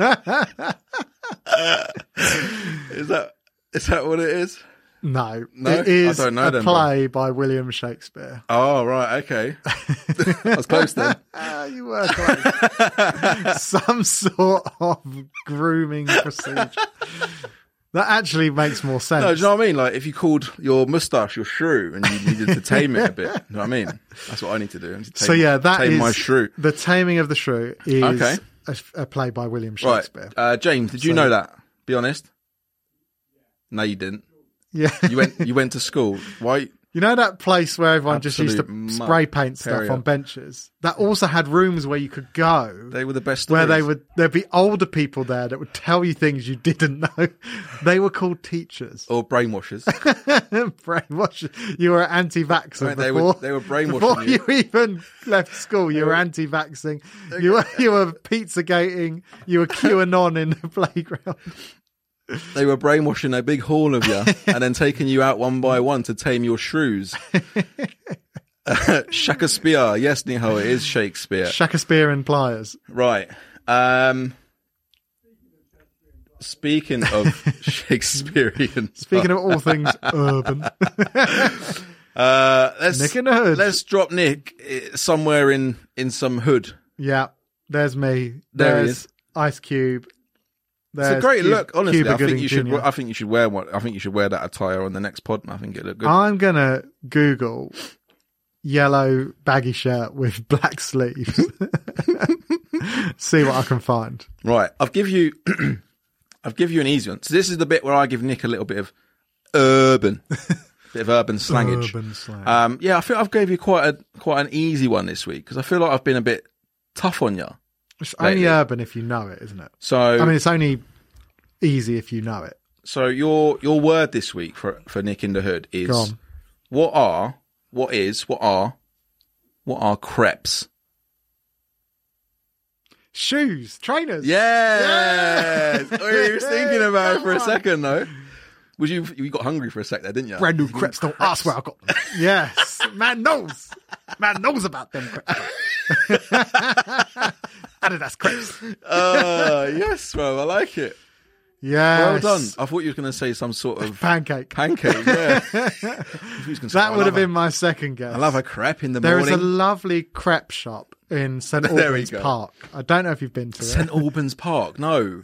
Is that is that what it is?
no,
No?
it is
I don't know
a
then, bro.
play by William Shakespeare.
Oh right, okay. I was close then.
Ah, you were close. Some sort of grooming procedure. That actually makes more sense.
No, do you know what I mean? Like if you called your moustache your shrew and you needed to tame it a bit. You know what I mean? That's what I need to do. I need to tame,
so yeah, that is
tame my shrew.
The Taming of the Shrew is
Okay.
a, a play by William
Right,
Shakespeare.
uh, James, did you know that? Be honest. No, you didn't.
Yeah,
You went. You went to school. Why?
you know that place where everyone just used to
Absolute
spray
mud.
paint stuff
Period.
on benches. That also had rooms where you could go.
They were the best.
where they
stories.
would, there'd be older people there that would tell you things you didn't know. They were called teachers.
or brainwashers.
brainwash. You were anti-vaxxer
Right,
before.
they were- they were
before
brainwashing
you. even left school. You were anti-vaxxing. You were you were pizza gating. You were QAnon in the playground.
They were brainwashing a big haul of you and then taking you out one by one to tame your shrews. Shakespeare, yes, Niho, it is Shakespeare.
Shakespeare and pliers.
Right. Um, speaking of Shakespearean,
Speaking of all things urban,
uh, let's
Nick in the hood.
let's drop Nick eh, somewhere in in some hood.
yeah, there's me.
There he
There's
is.
Ice Cube.
It's a
There's
great
Cu-
look, honestly.
Uh, Cuba
I think
Gooding
you should.
Jr..
I think you should wear one. I think you should wear that attire on the next pod. and I think it look good.
I'm gonna Google yellow baggy shirt with black sleeves. See what I can find.
Right, I've give you, I've give you an easy one. So this is the bit where I give Nick a little bit of urban, bit of urban slangage.
Urban slang.
Um, yeah, I feel I've gave you quite a quite an easy one this week because I feel like I've been a bit tough on you.
it's only
lately.
urban if you know it, isn't it?
So
I mean, it's only easy if you know it.
so your your word this week for for Nick in the Hood
Go
is
on.
what are what is what are what are crepes?
Shoes, trainers.
Yes,
Yes!
I was thinking about it for a
Come on.
second though. Would you you got hungry for a sec there, didn't you?
Brand new crepes. Don't ask where I got them. Yes. Man knows. Man knows about them crepes. Adidas crepes.
Uh, yes, bro, I like it.
Yes.
Well done. I thought you were going to say some sort of
Pancake.
pancake. Yeah. "Oh,
that would have been my second guess.
I love a crepe in the
There is
morning.
a lovely crepe shop in St
There we
Albans
go.
Park. I don't know if you've been to it.
St Albans Park. No,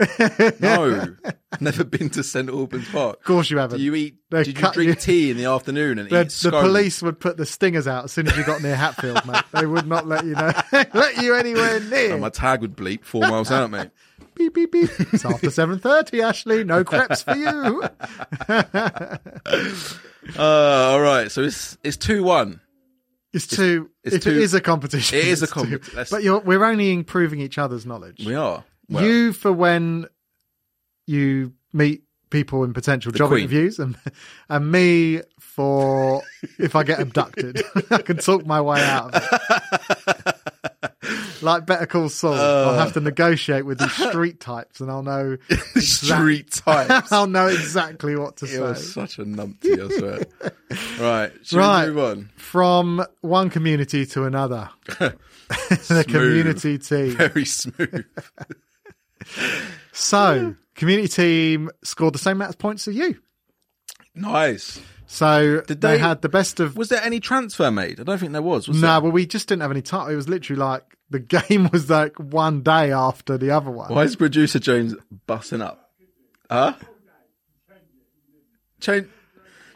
no, never been to St Albans Park.
Of course you haven't.
Do you eat?
They
did you
cut
drink
you-
tea in the afternoon and
the,
eat
the
scone?
police would put the stingers out as soon as you got near Hatfield, mate. They would not let you know, let you anywhere near.
Oh, my tag would bleep four miles out, mate.
beep beep beep. It's after seven thirty, Ashley. No crepes for you.
Uh, all right, so it's it's two one.
It's too.
it's
if
too-
it is a competition,
it is a
it's too-
competition. Let's-
But you're, we're only improving each other's knowledge.
We are. Well,
you for when you meet people in potential job
Queen.
interviews, and and me for if I get abducted, I can talk my way out of it. Like Better Call Saul, I'll have to
Uh.
negotiate with these street types, and I'll know
street types.
I'll know exactly what to
You're
say.
such a numpty, I swear. right, should
Right.
we move on?
From one community to another, the community team.
Very smooth.
So, community team scored the same amount of points as you.
Nice.
So they,
they-
had the best of.
Was there any transfer made? I don't think there was. was
no,
there?
well, we just didn't have any time. It was literally like the game was like one day after the other one.
Why is producer Jones bussing up? Huh? Change.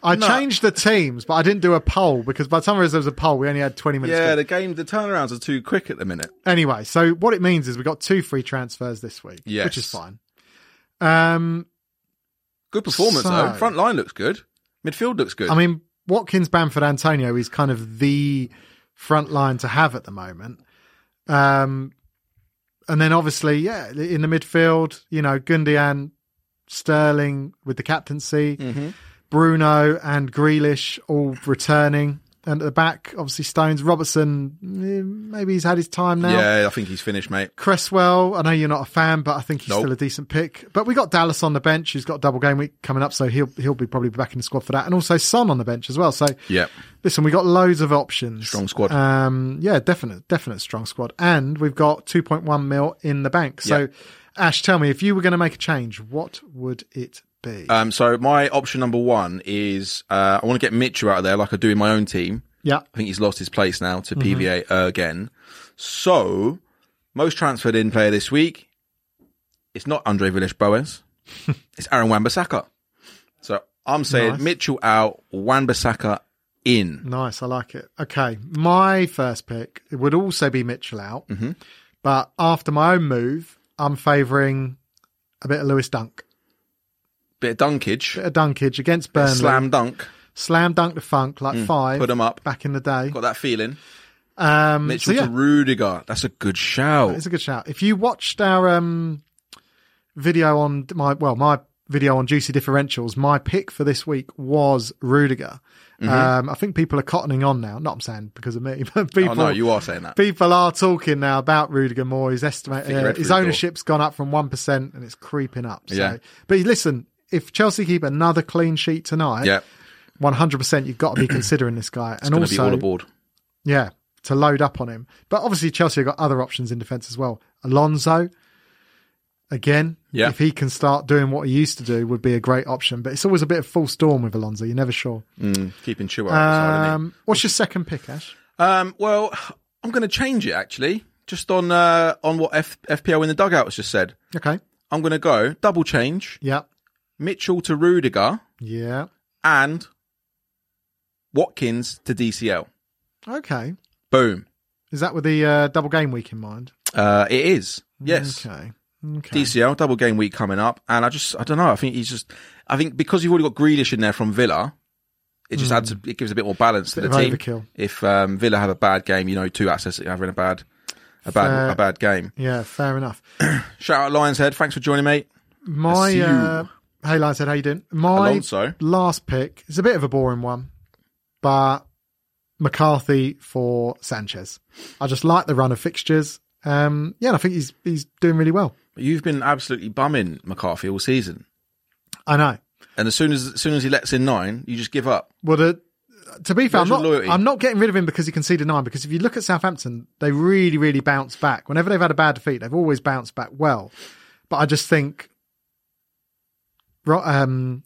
I
No.
changed the teams, but I didn't do a poll because by the time there was a poll, we only had 20 minutes.
Yeah,
to-
the game, the turnarounds are too quick at the minute.
Anyway, so what it means is we got two free transfers this week,
Yes.
which is fine. Um,
Good performance
So-
though. Front line looks good. Midfield looks good.
I mean, Watkins, Bamford, Antonio is kind of the front line to have at the moment. Um, and then obviously, yeah, in the midfield, you know, Gundian, Sterling with the captaincy, Bruno and Grealish all returning. And at the back, obviously Stones, Robertson, eh, maybe he's had his time now.
yeah, I think he's finished, mate.
Cresswell, I know you're not a fan, but I think he's
Nope.
still a decent pick. But we got Dallas on the bench, who's got a double game week coming up, so he'll he'll be probably back in the squad for that. And also Son on the bench as well. So
Yeah.
listen, we got loads of options.
Strong squad.
Um yeah, definite definite strong squad. And we've got two point one mil in the bank. So
Yeah.
Ash, tell me, if you were gonna make a change, what would it be?
Um, so my option number one is uh, I want to get Mitchell out of there, like I do in my own team.
yeah.
I think he's lost his place now
Mm-hmm.
to PVA again. So most transferred in player this week, it's not Andre Villas Boas, it's Aaron Wan-Bissaka. So I'm saying
Nice.
Mitchell out, Wan-Bissaka in.
Nice, I like it. Okay, my first pick it would also be Mitchell out,
Mm-hmm.
but after my own move, I'm favouring a bit of Lewis Dunk,
Bit of dunkage,
a dunkage against Burnley, slam.
slam dunk,
dunk the funk like five
put him up.
back in the day.
Got that feeling.
Um,
Mitchell
so yeah,
to Rudiger. That's a good shout.
it's a good shout. If you watched our um, video on my well, my video on juicy differentials, my pick for this week was Rudiger.
Mm-hmm.
Um, I think people are cottoning on now. Not I'm saying because of me, but people
Oh no, you are saying that.
people are talking now about Rudiger Moore. His estimate,
you
uh,
read
his
through the
ownership's gone up from one percent, and it's creeping up. So.
Yeah.
But listen, if Chelsea keep another clean sheet tonight,
Yeah,
one hundred percent, you've got to be considering this guy, and
going to be all
also,
aboard.
yeah, to load up on him. But obviously, Chelsea have got other options in defence as well. Alonso, again,
Yeah.
if he can start doing what he used to do, would be a great option. But it's always a bit of full storm with Alonso. You're never sure.
Mm, keeping Chua outside,
Um, what's your second pick, Ash?
Um, well, I'm going to change it actually. Just on uh, on what F- FPL in the dugout has just said.
Okay.
I'm going to go double change
Yeah.
Mitchell to Rudiger
Yeah.
and Watkins to DCL.
Okay.
Boom.
Is that with the uh, double game week in mind?
Uh, it is yes.
Okay. Okay.
DCL double game week coming up, and I just I don't know. I think he's just I think because you've already got Grealish in there from Villa, it just adds a, it gives a bit more balance to
Hmm. Bit
the team.
of overkill.
If um, Villa have a bad game, you know two assets that you're having a bad a bad
Fair.
a bad game.
Yeah, fair enough.
Shout out Lionshead, thanks for joining, mate.
My
That's you.
uh, hey, Lion said, how you doing? My
Alonso,
last pick is a bit of a boring one, but McCarthy for Sanchez. I just like the run of fixtures. Um, yeah, and I think he's he's doing really well.
you've been absolutely bumming McCarthy all season,
I know.
and as soon as as soon as he lets in nine, you just give up.
Well, the, to be fair, I'm
Where's your
not,
loyalty?
I'm not getting rid of him because he conceded nine. Because if you look at Southampton, they really, really bounce back. Whenever they've had a bad defeat, they've always bounced back well. But I just think Ro- um,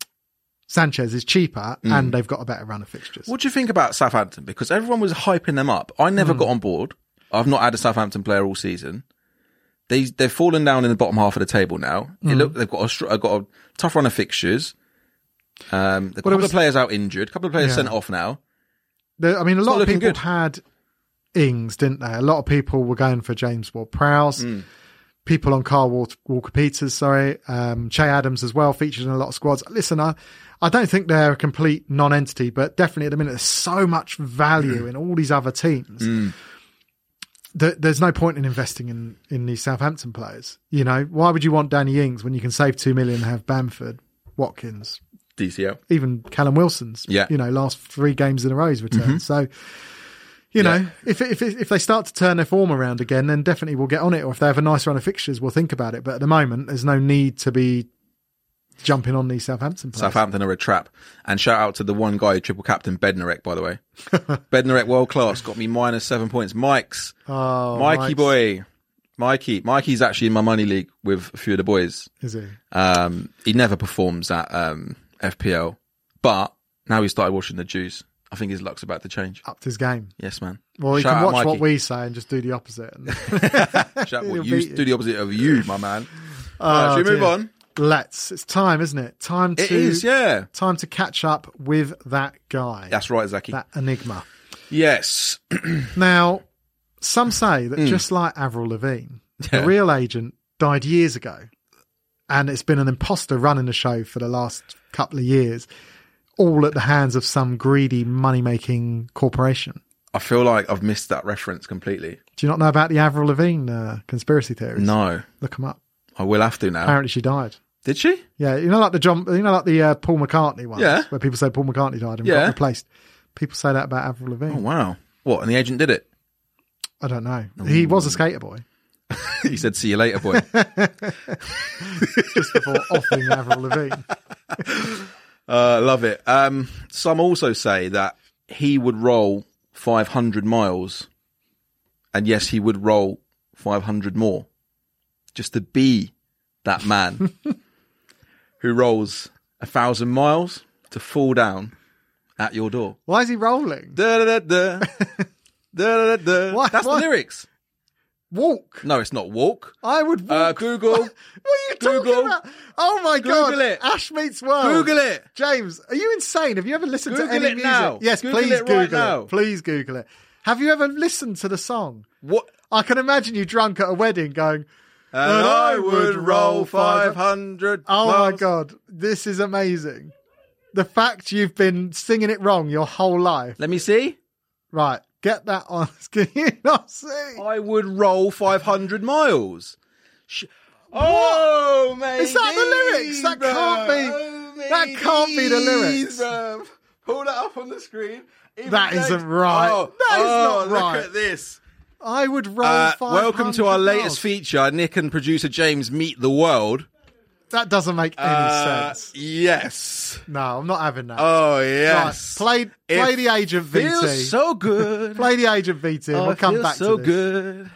Sanchez is cheaper and they've got a better run of fixtures.
What do you think about Southampton? Because everyone was hyping them up. I never
Hmm.
got on board. I've not had a Southampton player all season. They they've fallen down in the bottom half of the table now.
Hmm.
It look they've got a str- got a tough run of fixtures. Um, a couple
was-
of players out injured, a couple of players
Yeah.
sent off now.
The- I mean, a lot of
looking
people
good.
had Ings, didn't they? A lot of people were going for James Ward Prowse.
Mm.
People on Carl Walker Peters, sorry, um, Che Adams as well, featured in a lot of squads. Listen, I, I don't think they're a complete non entity, but definitely at the minute, there's so much value
Mm.
in all these other teams. that There's no point in investing in, in these Southampton players. You know, why would you want Danny Ings when you can save two million and have Bamford, Watkins,
DCL.
even Callum Wilson's,
Yeah. Mm-hmm.
you know, last three games in a row he's returned. So, you know, if, if if they start to turn their form around again, then definitely we'll get on it. Or if they have a nice run of fixtures, we'll think about it. But at the moment, there's no need to be jumping on these Southampton players.
Southampton are a trap. And shout out to the one guy who triple captain Bednarek, by the way. Bednarek world class got me minus seven points. Mike's
Oh,
Mikey
Mike's-
boy. Mikey, Mikey's actually in my money league with a few of the boys.
Is he?
Um, he never performs at um, FPL, but now he started watching the Jews. I think his luck's about to change.
Upped his game.
Yes, man.
Well, he
Shout
can
out
watch what
Mikey.
we say and just do the opposite. And
Shout
He'll
what
beat
you
you.
do the opposite of you, my man. Right, should we move
dear.
on?
Let's. It's time, isn't it? Time to
It is, yeah.
time to catch up with that guy.
That's right, Zaki.
That enigma.
Yes.
Now, some say
Hmm.
that just like Avril Lavigne, the real agent died years ago, and it's been an imposter running the show for the last couple of years, all at the hands of some greedy money-making corporation.
I feel like I've missed that reference completely.
Do you not know about the Avril Lavigne uh, conspiracy theories?
No,
Look them up.
I will have to now.
Apparently, she died.
Did she?
Yeah, you know, like the John, you know, like the uh, Paul McCartney one,
Yeah.
where people say Paul McCartney died and
Yeah.
got replaced. People say that about Avril Lavigne.
Oh, wow. What? And the agent did it.
I don't know. He was a skater boy,
he said, "See you later, boy."
just before offing Avril Lavigne.
uh, love it. Um, some also say that he would roll 500 miles, and yes, he would roll 500 more, just to be that man who rolls a thousand miles to fall down at your door.
Why is he rolling?
Da da da da. Da, da, da, da.
Why-
That's
why-
the lyrics.
Walk.
No, it's not walk.
I would walk.
Uh, Google,
what are you
Google.
talking about? Oh my god!
Google it.
Ash meets world.
Google it.
James, are you insane? Have you ever listened to
Google
any
it
music?
now.
Yes,
Google
please
it right
Google it.
now.
Please Google it. Have you ever listened to the song?
What?
I can imagine you drunk at a wedding going,
And I would roll 500.
Oh my
miles.
god, this is amazing. The fact you've been singing it wrong your whole life.
Let me see.
Right, get that on. Can you not see?
I would roll 500 miles. Sh- oh, man.
Is that the lyrics? That can't be- that can't be the lyrics.
Oh, Pull that up on the screen. Even
That
though-
isn't right.
Oh,
That is
oh,
not
look
right.
at this.
I would roll
Uh,
five.
welcome to our latest
feed.
feature. Nick and producer James meet the world.
That doesn't make any
Uh,
sense.
yes.
No, I'm not having that.
Oh
Right,
yes.
play play
It
the agent VT.
Feels so good.
play the agent VT. and
Oh,
we'll
it
come
feels
back
so
to this.
good.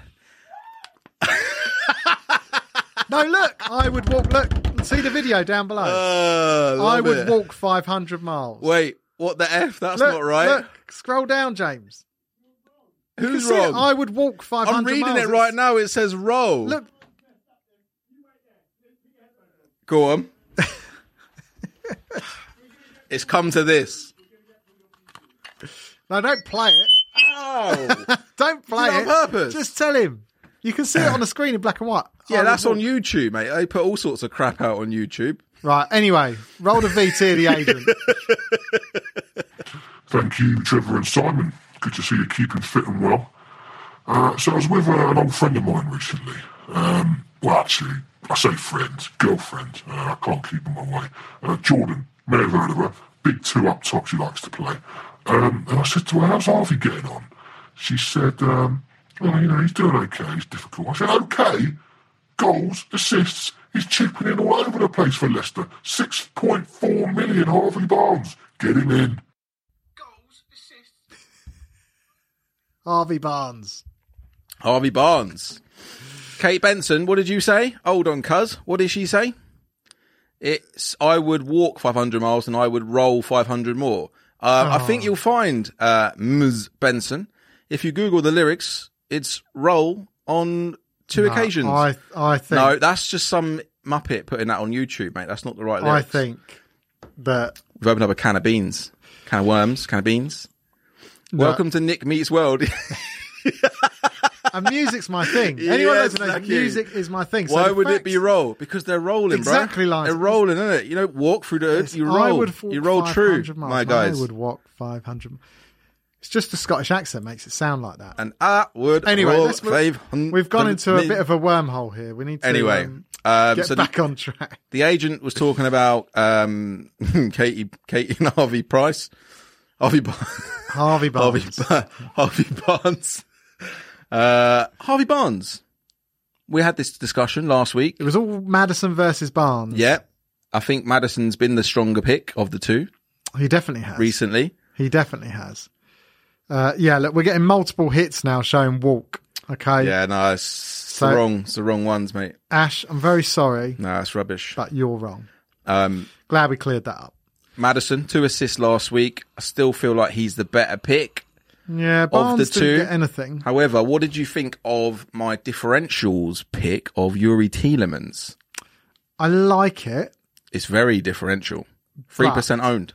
No, look, I would walk. Look, see the video down below.
Uh,
I
love
would
it.
walk 500 miles.
Wait, what the f? That's
look,
not right.
Look, scroll down, James. You
Who's
see it?
wrong?
I would walk 500
I'm reading
miles.
it right now. It says roll.
Look,
go on. it's come to this.
no, don't play it.
Oh,
Don't play
on
it.
purpose?
Just tell him. You can see it on the screen in black and white. I
yeah,
would
that's
walk-
on YouTube, mate. They put all sorts of crap out on YouTube.
Right. Anyway, roll the VT, the agent.
Thank you, Trevor and Simon. Good to see you keeping fit and well. Uh, so I was with uh, an old friend of mine recently. Um, well, actually, I say friend, girlfriend. Uh, I can't keep them away. Uh, Jordan, may have heard of her. Big two up top she likes to play. Um, and I said to her, how's Harvey getting on? She said, um, well, you know, he's doing okay. He's difficult. I said, okay. Goals, assists. He's chipping in all over the place for Leicester. 6.4 million Harvey Barnes. Get him in.
Harvey Barnes.
Harvey Barnes. Kate Benson, what did you say? Hold on, cuz. What did she say? It's I would walk 500 miles and I would roll 500 more. Uh, I
Oh.
think you'll find uh, Ms. Benson. If you Google the lyrics, it's roll on two
No,
occasions.
I, I think.
no, that's just some muppet putting that on YouTube, mate. That's not the right
I
lyrics.
think that
We've opened up a can of beans. Can of worms, can of beans. Welcome to Nick Meets World.
and music's my thing. Anyone
Yes,
who knows
thank you.
music is my thing. So
Why
the
would
fact-
it be roll? Because they're rolling, bro.
Exactly, Lars.
They're rolling, isn't it? You know, walk through the earth, you roll.
I would walk
you roll true,
500 miles.
my guys.
I would walk 500. It's just the Scottish accent makes it sound like that.
And I would
Anyway,
roll
let's move-
500
We've gone into a bit of a wormhole here. We need to
Anyway,
um,
um,
get
so
back on track.
the agent was talking about um, Katie, Katie and Harvey Price. Harvey Barnes. Harvey,
Harvey Barnes.
Bar- Harvey Barnes. Uh, Harvey Barnes. We had this discussion last week.
It was all Madison versus Barnes.
Yeah. I think Madison's been the stronger pick of the two
He definitely has.
recently.
He definitely has. Uh, yeah, look, we're getting multiple hits now showing walk. Okay.
Yeah, no, it's It's
So-
the wrong, it's the wrong ones, mate.
Ash, I'm very sorry,
No, that's rubbish.
but you're wrong.
Um,
Glad we cleared that up.
Madison, two assists last week. I still feel like he's the better pick.
Yeah, Barnes
the
didn't
two-
get anything.
However, what did you think of my differentials pick of Yuri Tielemans?
I like it.
It's very differential. 3% owned.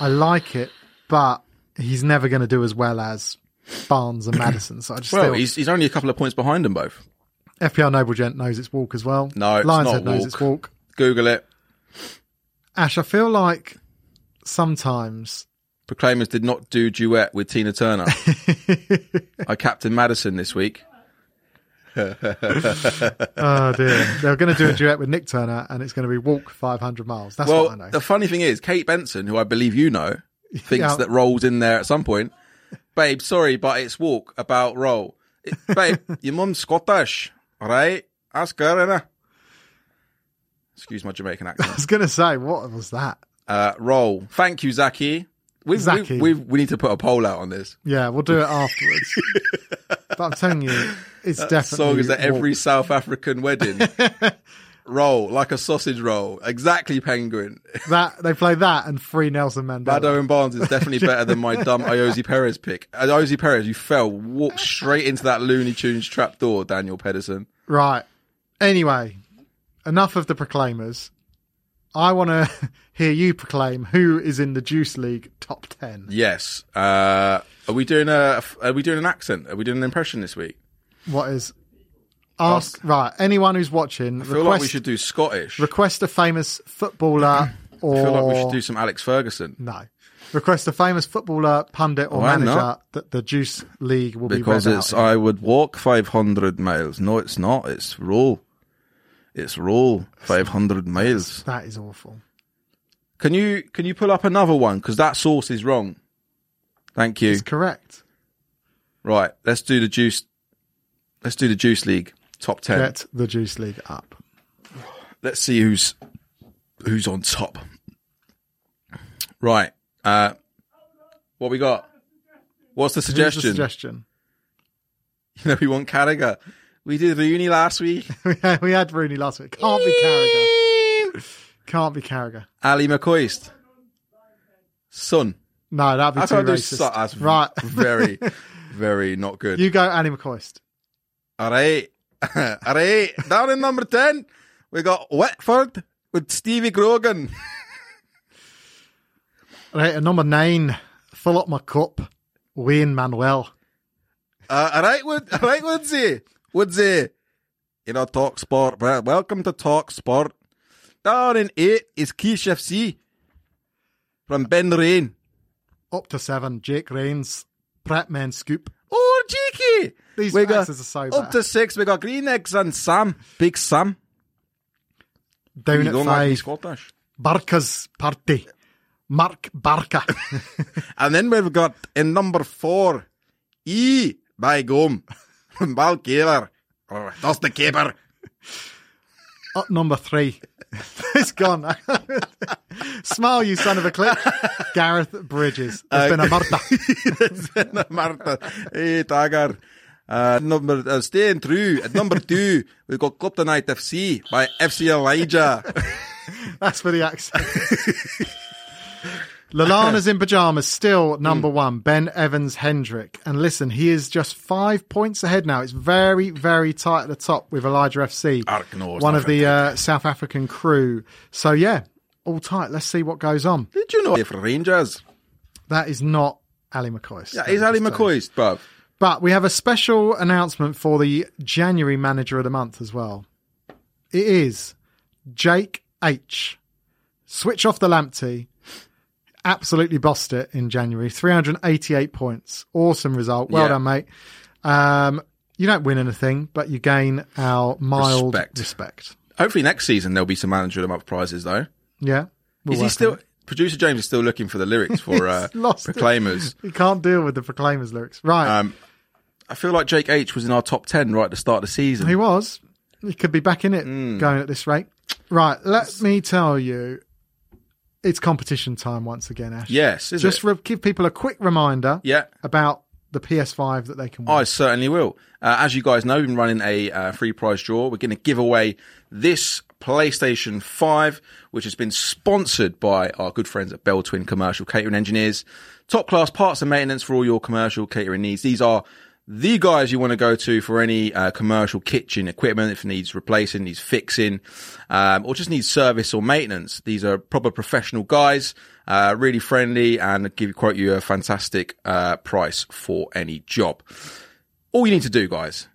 I like it, but he's never going to do as well as Barnes and Madison. So I just
Well,
feel
he's, he's only a couple of points behind them both.
FPR Noble Gent knows it's walk as well.
No, it's
Lions
not
Head knows
walk.
it's walk.
Google it.
Ash, I feel like sometimes
Proclaimers did not do duet with Tina Turner. I captain Madison this week.
Oh dear. They're going to do a duet with Nick Turner and it's going to be walk 500 miles. That's
Well,
what I know.
the funny thing is, Kate Benson, who I believe you know, thinks
Yeah.
that roll's in there at some point. Babe, sorry, but it's walk about roll. It- babe, your mum's Scottish, all right? Ask her, innit? Excuse my Jamaican
I
accent.
was going to say, what was that?
Uh, roll. Thank you, Zaki. We've,
Zaki.
We've, we've, we need to put a poll out on this.
Yeah, we'll do it afterwards. but I'm telling you, it's definitely.
song is at
walk.
every South African wedding. roll, like a sausage roll. Exactly, Penguin.
That, they play that and free Nelson Mandela.
Bado and Barnes is definitely better than my dumb Iosi Perez pick. Uh, Iosi Perez, you fell, walked straight into that Looney Tunes trapdoor, Daniel Pedersen.
Right. Anyway, enough of the proclaimers. I want to hear you proclaim who is in the Juice League top 10.
Yes. Uh, are we doing a? Are we doing an accent? Are we doing an impression this week?
What is. Ask. Right. Anyone who's watching,
I feel
request,
like we should do Scottish.
request a famous footballer or.
I feel like we should do some Alex Ferguson
No. Request a famous footballer, pundit, or
Why
manager
not?
that the Juice League will
because
be read
it's.
out.
I would walk five hundred miles. No, it's not. It's roll. It's roll five hundred miles.
That is awful.
Can you can you pull up another one? Because that source is wrong. Thank you.
It's correct.
Right, let's do the juice. Let's do the juice league top ten.
Get the Juice League up.
Let's see who's who's on top. Right, uh, what we got? What's the
Here's
suggestion?
the suggestion.
You know, we want Carragher. We did Rooney last week.
we had Rooney last week. Can't be Carragher. Can't be Carragher.
Ali McCoist, son.
No, that'd be
I
too
can't do
racist.
son. That's
right.
very, very not good.
you go Ali McCoist.
All right. All right. Down in number 10, we got Whitford with Stevie Grogan.
Right, and number nine, fill up my cup, Wayne Manuel.
Uh, all right, Wood, all right, Woodsy. Woodsy. You know, Talk Sport. Well, Welcome to Talk Sport. Down in 8 is Keish FC from Ben Rain.
Up to seven, Jake Rains, Pratt Man Scoop.
Oh, cheeky.
These accents are so
Up
bad.
to 6, we got Green Eggs and Sam. Big Sam.
Down at
me
five,
Scottish.
Barker's Party, Mark Barker.
And then we've got in number four, E by Gom from Val Keeler. Or That's the keeper.
Up number three, it's gone. Smile, you son of a clip. Gareth Bridges. There's
Uh,
been a murder.
Marta, hey, Tagar. Uh, number uh, staying true at number two, we've got Coptonite FC by FC Elijah.
That's for the accent. Lalana's in pajamas, still number
Mm.
one. Ben Evans Hendrick. And listen, he is just five points ahead now. It's very, very tight at the top with Elijah FC,
Ark knows
one of the uh, South African crew. So, yeah, all tight. Let's see what goes on.
Did you know if Rangers?
That is not Ali McCoy.
Yeah, he's Ali McCoy's, bruv.
But we have a special announcement for the January manager of the month as well. It is Jake H. Switch off the lamp tea. Absolutely bossed it in January. 388 points. Awesome result. Well
Yeah.
done, mate. Um, you don't win anything, but you gain our mild
Respect.
respect.
Hopefully next season there'll be some manager of the month prizes though.
Yeah. We'll
Is
work
he
on
still?
it.
Producer James is still looking for the lyrics for uh,
lost it.
Proclaimers.
He can't deal with the Proclaimers lyrics. Right.
Um, I feel like Jake H was in our top ten right at the start of the season.
He was. He could be back in it going at this rate. Right, let me tell you, it's competition time once again, Ash.
Yes, is
Just
it?
re- give people a quick reminder
yeah.
about the PS5 that they can win.
I certainly will. Uh, as you guys know, we've been running a uh, free prize draw. We're going to give away this PlayStation 5, which has been sponsored by our good friends at Bell Twin Commercial Catering Engineers. Top class parts and maintenance for all your commercial catering needs. These are the guys you want to go to for any uh, commercial kitchen equipment, if it needs replacing, needs fixing, um, or just needs service or maintenance. These are proper professional guys, uh, really friendly, and give quote you a fantastic uh, price for any job. All you need to do, guys,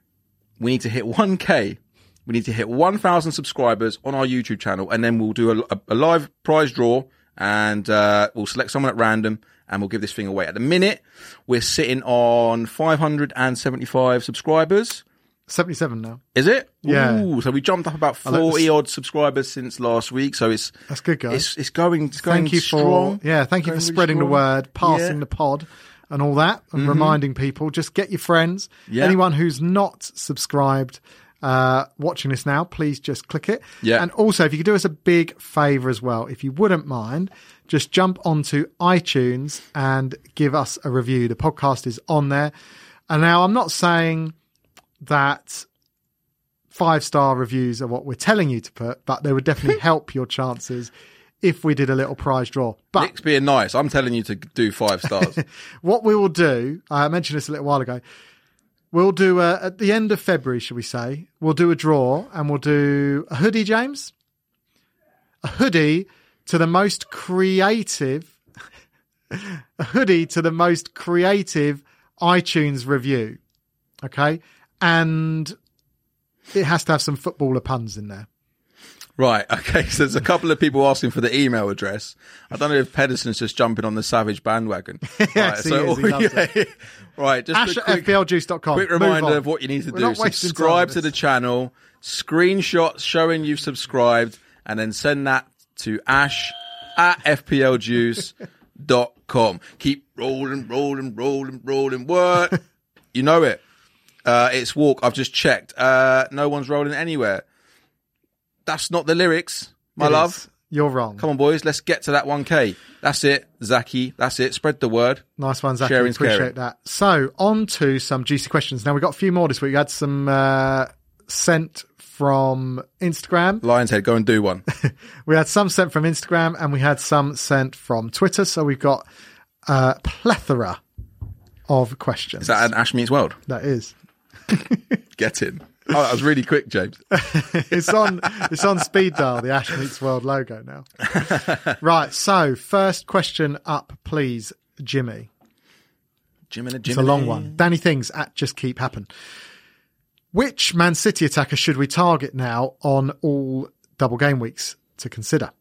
we need to hit 1K. We need to hit 1,000 subscribers on our YouTube channel, and then we'll do a, a- a live prize draw, and uh, we'll select someone at random, and we'll give this thing away. At the minute, we're sitting on 575 subscribers.
77 now.
Is it?
Yeah.
Ooh, so we jumped up about
like
40 odd subscribers since last week. So it's
That's good, guys.
it's it's going it's going
thank you
strong.
for yeah, thank you
Going
for
really
spreading the
strong.
word, passing
Yeah. Mm-hmm.
the pod, and all that, and reminding people. Just get your friends. Anyone who's not subscribed. Uh, watching this now, please just click it.
Yeah.
And also, if you could do us a big favor as well, if you wouldn't mind, just jump onto iTunes and give us a review. The podcast is on there. And now I'm not saying that five star reviews are what we're telling you to put, but they would definitely help your chances if we did a little prize draw. But
Nick's being nice. I'm telling you to do five stars.
what we will do, I mentioned this a little while ago. We'll do a, at the end of February, shall we say? We'll do a draw and we'll do a hoodie, James, a hoodie to the most creative, a hoodie to the most creative iTunes review. Okay, and it has to have some footballer puns in there.
Right. Okay. So there's a couple of people asking for the email address. I don't know if Pedersen's just jumping on the savage bandwagon. right.
he is, he loves
right. Just
Ash
a
at
quick,
FBLjuice.com.
quick
Move on.
reminder of what you need to
We're
do.
not wasting time
Subscribe to
on
the
this.
channel, screenshot showing you've subscribed, and then send that to ash at fpljuice.com. Keep rolling, rolling, rolling, rolling. What? you know it. Uh, it's walk. I've just checked. Uh, no one's rolling anywhere. That's not the lyrics, my
It is.
love.
You're wrong.
Come on, boys. Let's get to that 1K. That's it, Zaki. That's it. Spread the word.
Nice one, Zach.
Sharing's
Appreciate
caring.
that. So, on to some juicy questions. Now, we got a few more this week. We had some uh, sent from Instagram.
Lion's head. Go and do one.
We had some sent from Instagram and we had some sent from Twitter. So, we've got a plethora of questions.
Is that an Ash Meets World?
that is.
Get in. Oh, that was really quick, James.
It's on it's on speed dial, the Ash Meets World logo now. right. So, first question up, please, Jimmy.
Jim and a
It's a long one. Danny Things at Just Keep Happen. Which Man City attacker should we target now on all double game weeks to consider?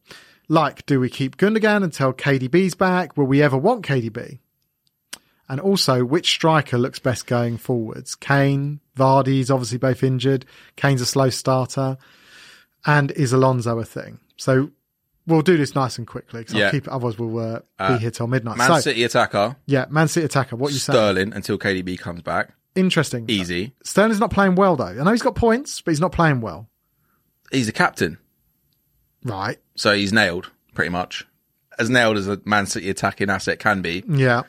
Like, do we keep Gundogan until KDB's back? Will we ever want KDB? And also, which striker looks best going forwards? Kane, Vardy's obviously both injured. Kane's a slow starter. And is Alonso a thing? So we'll do this nice and quickly because
Yeah.
I'll keep it, otherwise we'll uh, be here till midnight.
Man
so,
City attacker,
yeah, Man City attacker, what you saying?
Sterling until KDB comes back.
Interesting.
Easy.
Sterling's not playing well though. I know he's got points, but he's not playing well.
He's the captain,
Right.
so he's nailed pretty much. As nailed as a Man City attacking asset can be.
Yeah.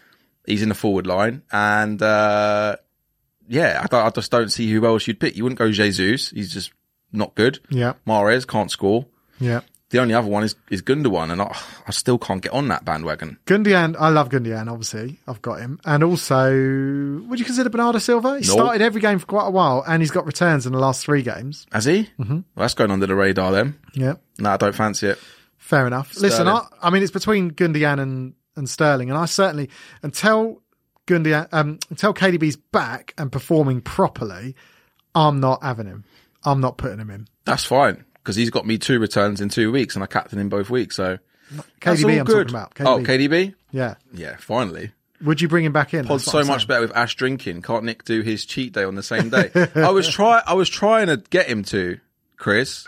He's in the forward line, and uh, yeah, I, don't- I just don't see who else you'd pick. You wouldn't go Jesus. He's just not good.
Yeah.
Mares can't score.
Yeah.
The only other one is, is Gundogan, and I, I still can't get on that bandwagon.
Gundian, I love Gundian, obviously. I've got him. And also, would you consider Bernardo Silva? He
No.
started every game for quite a while and he's got returns in the last three games.
Has he? Mm-hmm. Well, that's going under the radar then.
Yeah.
No, I don't fancy it.
Fair enough. Listen, I,
Sterling.
I mean, it's between Gundian and, and Sterling. And I certainly, until Gundian, um, until KDB's back and performing properly, I'm not having him. I'm not putting him in.
That's fine because he's got me two returns in two weeks, and I captained him both weeks. So that's all
KDB, I'm
good.
talking about.
Oh,
KDB.
KDB.
Yeah.
Yeah, finally.
Would you bring him back in?
Pod's
That's
so
what I'm
much
saying.
better with Ash drinking. Can't Nick do his cheat day on the same day? I was try I was trying to get him to Chris,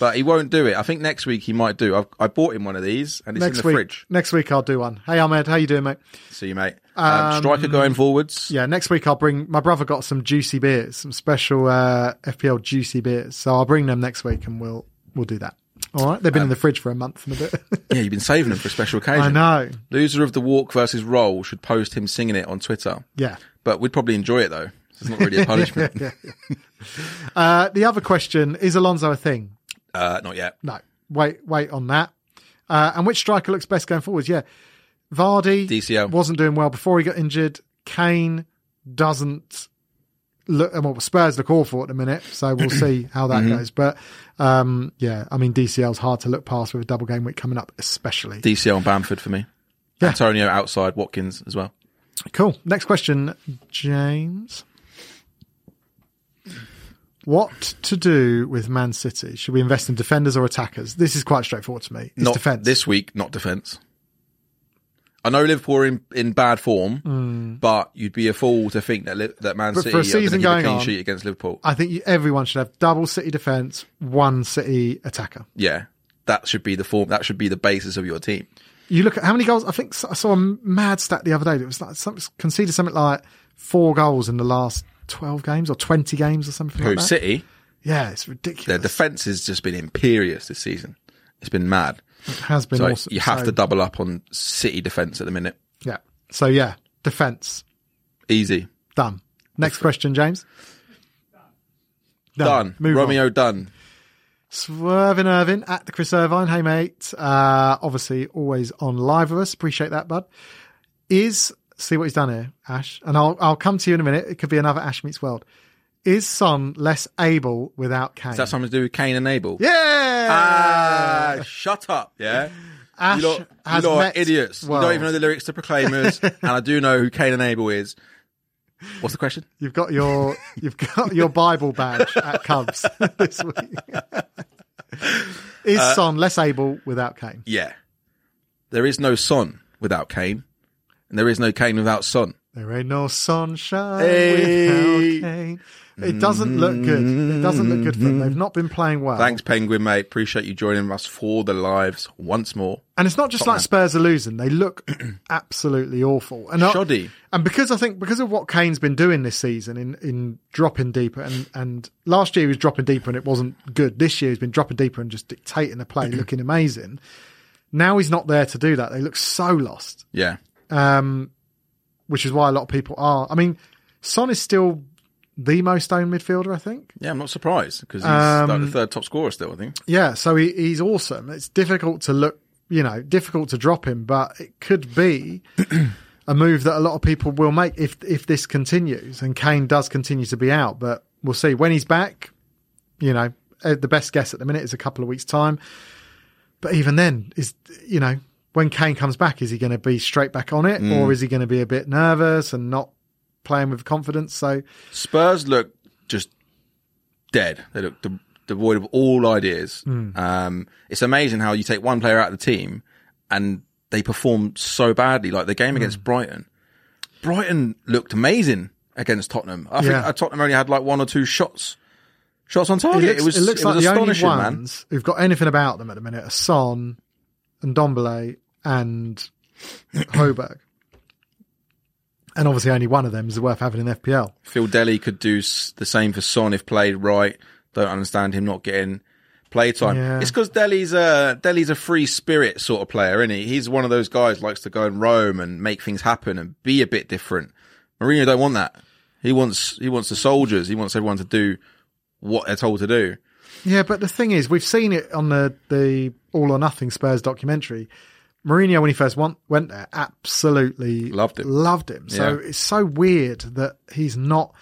but he won't do it. I think next week he might do. I've, I bought him one of these, and it's
next
in the
week.
fridge.
Next week I'll do one. Hey Ahmed, how you doing, mate?
See you, mate. Um, striker going forwards.
Yeah, next week I'll bring. My brother got some juicy beers, some special uh, FPL juicy beers. So I'll bring them next week, and we'll we'll do that. All right, they've been in the fridge for a month and a bit.
Yeah, you've been saving them for a special occasion.
I know.
Loser of the walk versus roll should post him singing it on Twitter.
Yeah.
But we'd probably enjoy it though. It's not really a punishment.
Uh, the other question is Alonso a thing?
uh, not yet.
No. Wait, wait on that. Uh, and which striker looks best going forwards? Yeah. Vardy
DCL.
wasn't doing well before he got injured. Kane doesn't look. uh, Well, Spurs look awful at the minute, so we'll see how that
Mm-hmm.
goes. But um, yeah, I mean DCL's hard to look past with a double game week coming up, especially.
DCL and Bamford for me.
Yeah.
Antonio outside Watkins as well.
Cool. Next question, James. What to do with Man City? Should we invest in defenders or attackers? This is quite straightforward to me. It's
not
defense.
this week, not defense. I know Liverpool are in, in bad form, but you'd be a fool to think that Li- that Man
Hmm. But
City
for a
are going to
season
give a
going
clean
on-
sheet against Liverpool.
I think you- everyone should have double city defense, one city attacker.
yeah, that should be the form. That should be the basis of your team.
You look at how many goals. I think s- I saw a mad stat the other day that was like some, conceded something like four goals in the last twelve games or twenty games or something.
Who
like that.
City?
Yeah, it's
Their
ridiculous.
defense has just been imperious this season. It's been mad.
it has been
So
awesome.
you have
So,
to double up on City defense at the minute.
yeah. So yeah, defense
Easy.
done. Next question, James.
Done.
Move on.
Romeo done.
Swerving Irvin at the Chris Irvine. Hey, mate. Uh, obviously, always on live with us. Appreciate that, bud. Is see what he's done here, Ash, and I'll I'll come to you in a minute. It could be another Ash meets World. Is Son less able without Kane?
Is that something to do with Kane and Abel?
yeah.
Ah, shut up. Yeah.
Ash
you lot,
has
you lot
met
are idiots. You
world.
don't even know the lyrics to Proclaimers, and I do know who Cain and Abel is. What's the question?
You've got your you've got your Bible badge at Cubs this week. Is
Uh,
Son less able without Kane?
Yeah. There is no Son without Cain, and there is no Cain without Son.
There ain't no sunshine
Hey.
without Kane. It doesn't look good. It doesn't look good for them. They've not been playing well.
Mm-hmm. Thanks, Penguin, mate. Appreciate you joining us for the lives once more.
And it's not just like Spurs are losing. They look absolutely awful. And I-
Shoddy.
and because I think because of what Kane's been doing this season in, in dropping deeper and, and last year he was dropping deeper and it wasn't good. This year he's been dropping deeper and just dictating the play, looking amazing. Now he's not there to do that. They look so lost.
Yeah.
Um, Which is why a lot of people are I mean, Son is still the most owned midfielder, I think.
Yeah, I'm not surprised because he's like
Um,
the third top scorer still, I think.
Yeah, so he, he's awesome. It's difficult to look, you know, difficult to drop him, but it could be a move that a lot of people will make if if this continues and Kane does continue to be out. But we'll see when he's back. You know, eh, the best guess at the minute is a couple of weeks time. But even then, is you know when Kane comes back, is he going to be straight back on it, or is he going to be a bit nervous and not playing with confidence? So
Spurs look just dead. They look de- devoid of all ideas. Um, it's amazing how you take one player out of the team and they perform so badly. Like the game against Brighton, Brighton looked amazing against Tottenham. I think
Yeah.
uh, Tottenham only had like one or two shots, shots on target. It, was it, was astonishing, man.
who've got anything about them at the minute are Son and Dombele and Hoberg. And obviously, only one of them is worth having in FPL.
Phil Delhi could do s- the same for Son if played right. Don't understand him not getting playtime.
Yeah.
It's because Delhi's a Delhi's a free spirit sort of player, isn't he? He's one of those guys likes to go and roam and make things happen and be a bit different. Mourinho don't want that. He wants he wants the soldiers. He wants everyone to do what they're told to do.
Yeah, but the thing is, we've seen it on the, the All or Nothing Spurs documentary. Mourinho, when he first want, went there, absolutely
Loved him.
Loved him. So
Yeah.
it's so weird that he's not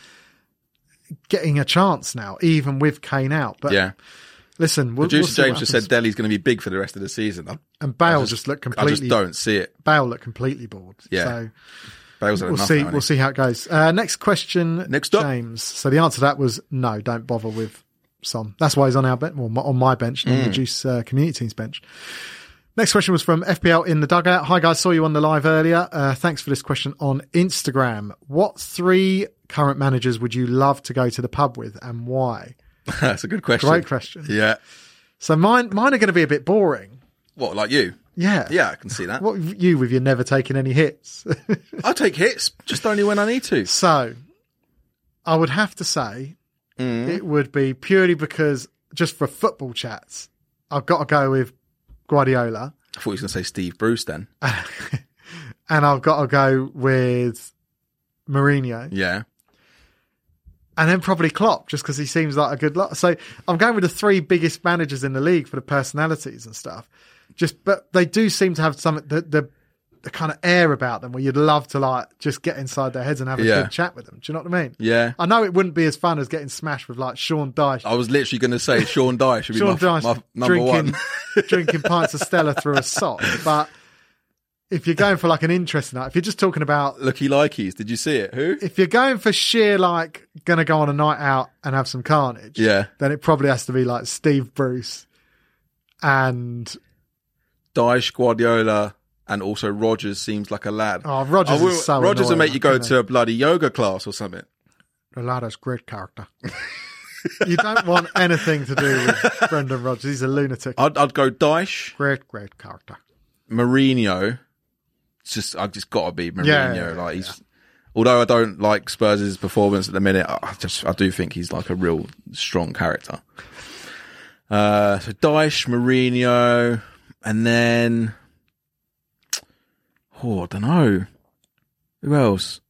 getting a chance now, even with Kane out. But
Yeah.
listen, we'll, we'll
Producer
see what
James just
happens.
said Delhi's going to be big for the rest of the season. I,
and Bale
just-
just,
I
looked
just
completely
don't see it.
Bale looked completely bored.
Yeah.
So
Bale's had
we'll
enough
see.
now, hasn't
We'll
he?
see how it goes. Uh, next question.
Next up.
James. So the answer to that was no. Don't bother with Son. That's why he's on our bench, well, my- on my bench, and on the
Mm.
Juice uh, Community Team's bench. Next question was from FPL in the dugout. Hi guys, saw you on the live earlier. Uh, thanks for this question on Instagram. What three current managers would you love to go to the pub with, and why?
That's a good question.
Great question.
Yeah.
So mine, mine are going to be a bit boring.
What like you?
Yeah.
Yeah, I can see that.
What you with your never taking any hits?
I take hits, just only when I need to.
So, I would Mm.
Hmm?
have to say it would be purely because just for football chats. I've got to go with Guardiola,
I thought he was going to say Steve Bruce then.
and I've got to go with Mourinho,
Yeah.
and then probably Klopp, just because he seems like a good lot. So I'm going with the three biggest managers in the league for the personalities and stuff. Just, but they do seem to have some the the, the kind of air about them where you'd love to like just get inside their heads and have a
Yeah.
good chat with them. Do you know what I mean?
Yeah.
I know it wouldn't be as fun as getting smashed with like Sean Dyche
I was literally going to say Sean Dyche should be
Sean
my,
Dyche
my number
drinking
one.
drinking pints of Stella through a sock. But if you're going for like an interest night, if you're just talking about
Looky likeys. Did you see it? Who?
if you're going for sheer like gonna go on a night out and have some carnage,
Yeah.
then it probably has to be like Steve Bruce and
Dyche, Guardiola, and also Rogers seems like a lad.
oh Rogers
I will-
is so
Rogers will
annoying,
make you go
isn't he?
to a bloody yoga class or something.
Rolato's great character. you don't want anything to do with Brendan Rogers. He's a lunatic.
I'd, I'd go Dyche,
Great, great character.
Mourinho. It's just I've just got to be Mourinho.
Yeah, yeah,
like he's, although I don't like Spurs' performance at the minute, I I just I do think he's like a real strong character. Uh, so Dyche, Mourinho, and then oh I don't know who else.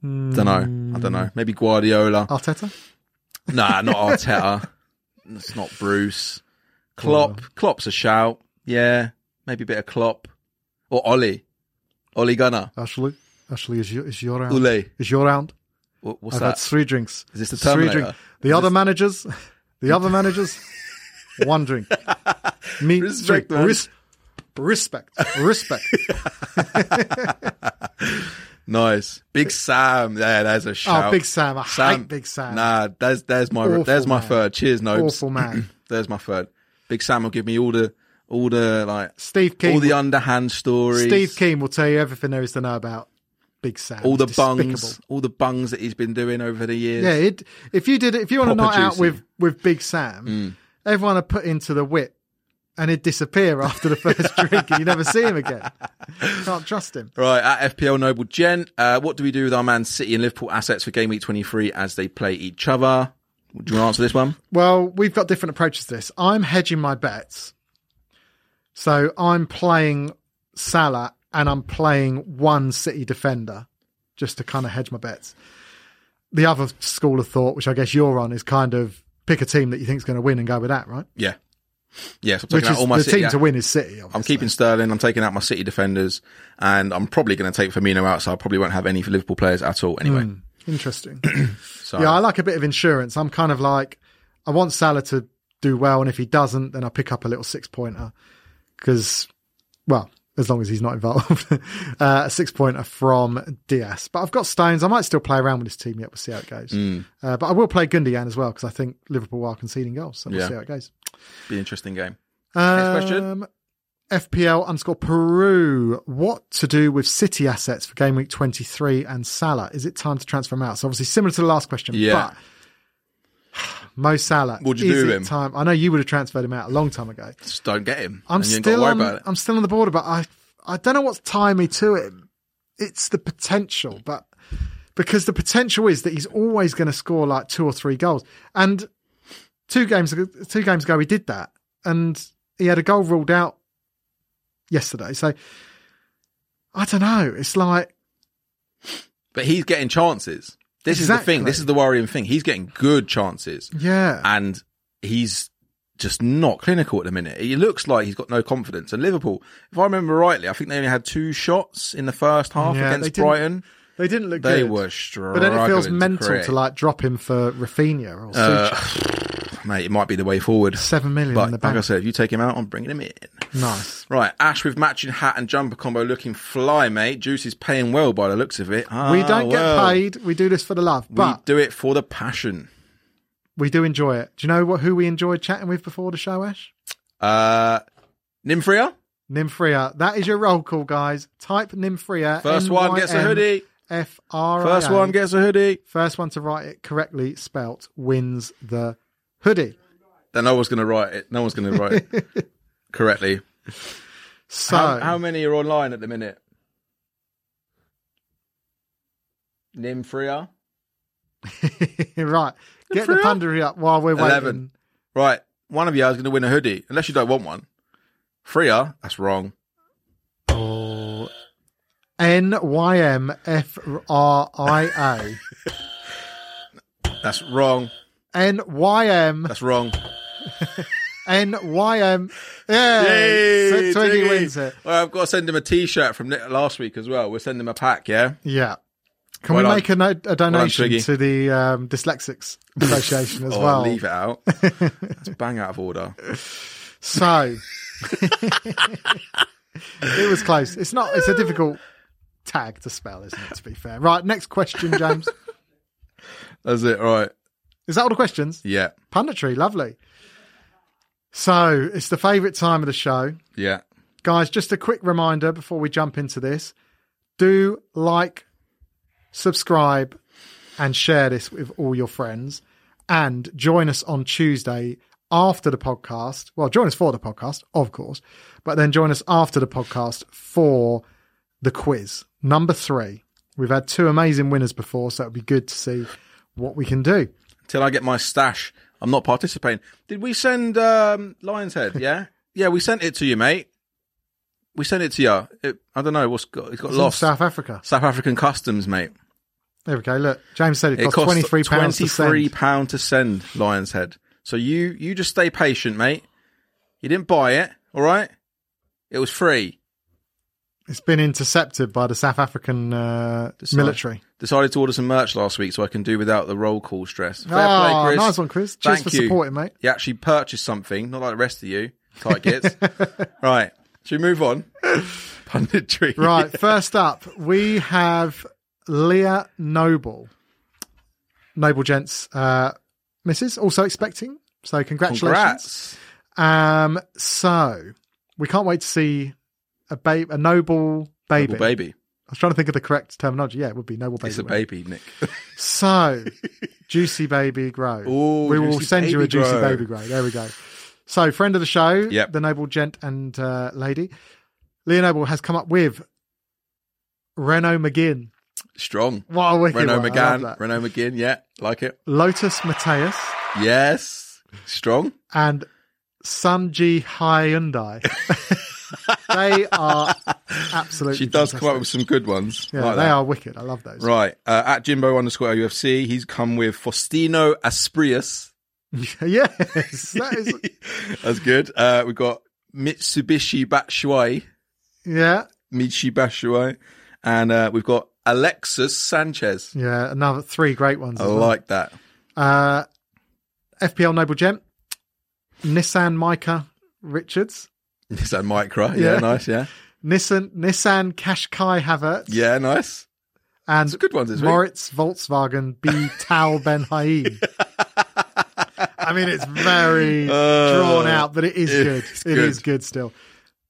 Hmm.
Don't know. I don't know. Maybe
Oh,
Guardiola.
Arteta?
Nah, not Arteta. it's not Bruce. Klopp. Klopp's a shout. Yeah, maybe a bit of Klopp or Ollie. Ollie Gunner.
Ashley. Ashley is your is your round.
Ule.
Is your round.
Wha- What's
I've had
that?
three drinks.
Is this the uh,
three
Terminator?
The other managers, the other managers, one drink. Me,
Respect,
respect,
man.
res- respect, respect. Oh,
nice. Big Sam. Yeah, there's a shout.
Oh, Big Sam, I
Sam.
hate Big Sam.
Nah, there's there's my
Awful
there's my
man.
third. Cheers, Nobes.
Awful man.
there's my third. Big Sam will give me all the all the like
Steve Keen.
all the underhand stories.
Steve Keen will tell you everything there is to know about Big Sam.
all the
It's despicable.
bungs, all the bungs that he's been doing over the years.
Yeah, it, if you did it, if you want to
Proper
night out
juicy. Mm.
with with Big Sam, everyone would put into the whip. And he'd disappear after the first drink, and you never see him again. Can't trust him.
Right, at FPL Noble Gen, uh, what do we do with our Man City and Liverpool assets for game week 23 as they play each other? Do you want to answer this one?
Well, we've got different approaches to this. I'm hedging my bets. So I'm playing Salah and I'm playing one City defender just to kind of hedge my bets. The other school of thought, which I guess you're on, is kind of pick a team that you think's going to win and go with that, right?
Yeah. Yes, I'm
Which
taking out
is
all my
the
City.
team to
a-
win is City. Obviously.
I'm keeping Sterling, I'm taking out my City defenders, and I'm probably going to take Firmino out, so I probably won't have any Liverpool players at all anyway.
Hmm. Interesting.
So,
Mm. yeah, I like a bit of insurance. I'm kind of like, I want Salah to do well, and if he doesn't, then I pick up a little six pointer because, well, as long as he's not involved, uh, a six pointer from Diaz. But I've got Stones. I might still play around with this team yet. We'll see how it goes. Uh, but I will play Gundogan as well because I think Liverpool are conceding goals. So we'll
Yeah.
see how it goes.
it'll be an interesting game.
Um,
question.
FPL underscore Peru. What to do with City assets for game week 23 and Salah? Is it time to transfer him out? So obviously similar to the last question,
Yeah.
but Mo Salah.
What'd you
is
do with
it
him?
Time? I know you would have transferred him out a long time ago.
Just don't get him.
I'm
and you ain't got to
still
worry
on,
about it.
I'm still on the border, but I I don't know what's tying me to him. It's the potential, but because the potential is that he's always going to score like two or three goals. And two games ago, two games ago he did that, and he had a goal ruled out yesterday. So I don't know. It's like
But he's getting chances. This is the thing. This
Exactly.
is the worrying thing. He's getting good chances.
yeah,
and he's just not clinical at the minute. He looks like he's got no confidence. And Liverpool, if I remember rightly, I think they only had two shots in the first half
Yeah, they
against
didn't-
Brighton.
they didn't look
They
good.
were struggling.
but then it feels mental to,
create.
like drop him for Rafinha or Suchek.
mate. It might be the way forward.
seven million
But
in the
like I
bank.
said, if you take him out, I'm bringing him in.
Nice.
Right, Ash with matching hat and jumper combo, looking fly, mate. Juice is paying well by the looks of it. Ah,
We don't
well.
get paid. We do this for the love,
We
but
do it for the passion.
we do enjoy it. Do you know what? Who we enjoyed chatting with before the show, Ash?
Uh, Nimfria,
Nymphria. That is your roll call, guys. Type Nymphria.
First one gets a hoodie.
F R.
first one gets a hoodie.
First one to write it correctly spelt wins the hoodie.
that no one's going to write it. No one's going to write it correctly.
So
How, how many are online at the minute? Nimfria.
right, get the
Nymphria?
pundery up while we're waiting.
Eleven. Right. one of you is going to win a hoodie, unless you don't want one. Three are. That's wrong.
Oh. N Y M F R I
That's wrong.
A. N Y M
That's wrong.
N Y M. Yeah.
Yay,
Twiggy
Twiggy.
wins it.
Well, I've got to send him a T-shirt from li- last week as well. We'll send him a pack. Yeah.
Yeah. Can
Well
we
done.
make a, no- a donation
Twiggy.
to the um, Dyslexics Association as
Oh,
well?
leave it out. That's bang out of order.
So it was close. It's not. It's a difficult tag to spell, isn't it? To be fair. Right. Next question, James.
That's it. All right.
Is that all the questions?
Yeah.
Punditry, lovely. So it's the favourite time of the show,
Yeah.
guys. Just a quick reminder before we jump into this: do like, subscribe, and share this with all your friends, and join us on Tuesday after the podcast. Well, join us for the podcast, of course, but then join us after the podcast for the quiz number three. We've had two amazing winners before, so it'll be good to see what we can do.
Till I get my stash, I'm not participating. Did we send um, Lion's Head? Yeah. yeah. We sent it to you, mate. We sent it to you. It, I don't know. What's got, it's got
It's in
lost. South-,
South Africa.
African customs, mate.
There we go. Look, James said it, cost twenty three pounds to
£23
send.
pound to send Lion's Head. So you you just stay patient, mate. You didn't buy it, all right? It was free.
It's been intercepted by the South African uh,
Decide-
military.
Decided to order some merch last week so I can do without the roll call stress. Fair
Ah,
play, Chris.
nice one, Chris. Cheers
Thank
for
you.
supporting, mate.
You actually purchased something, not like the rest of you, tight gits. right. Should we move on? Punditry.
Right, first up, we have Leah Noble, Noble Gents, uh, Mrs. Also expecting. So congratulations.
Congrats.
Um, so we can't wait to see a babe, a noble baby.
Little baby.
I was trying to think of the correct terminology. Yeah, it would be noble baby.
It's a
wouldn't it?
baby, Nick.
So, juicy baby grow.
Ooh,
we will
juicy
send you a
baby
juicy
grow.
baby grow. There we go. So, friend of the show,
Yep.
the noble gent and uh, lady, Leah Noble has come up with Renault McGinn.
Strong.
What a wicked
Renault
one. I love
McGann.
that.
Renault McGinn. Yeah. Like it.
Lotus Mateus
Yes. Strong.
and Sanji Hyundai. they are absolutely.
She does come up
fantastic.
with some good ones.
Yeah,
like
they
that.
are wicked. I love those.
Right. Uh, at Jimbo underscore UFC, he's come with Faustino Asprius.
yes, that is.
That's good. Uh, we've got Mitsubishi Batshuayi.
Yeah,
Michi Batshuayi. And uh, we've got Alexis Sanchez.
yeah. Another three great ones.
I
as well.
like that.
Uh, FPL Noble Gem, Nissan Micah Richards,
Is that Micra? Yeah,
Yeah.
nice. Yeah.
Nissan Nissan Qashqai Havertz,
Yeah, nice.
and
Some good ones this week.
Moritz Volkswagen B Tal Ben Haim. I mean, it's very
Uh,
drawn out, but it is
it's
good. It's
good.
good still.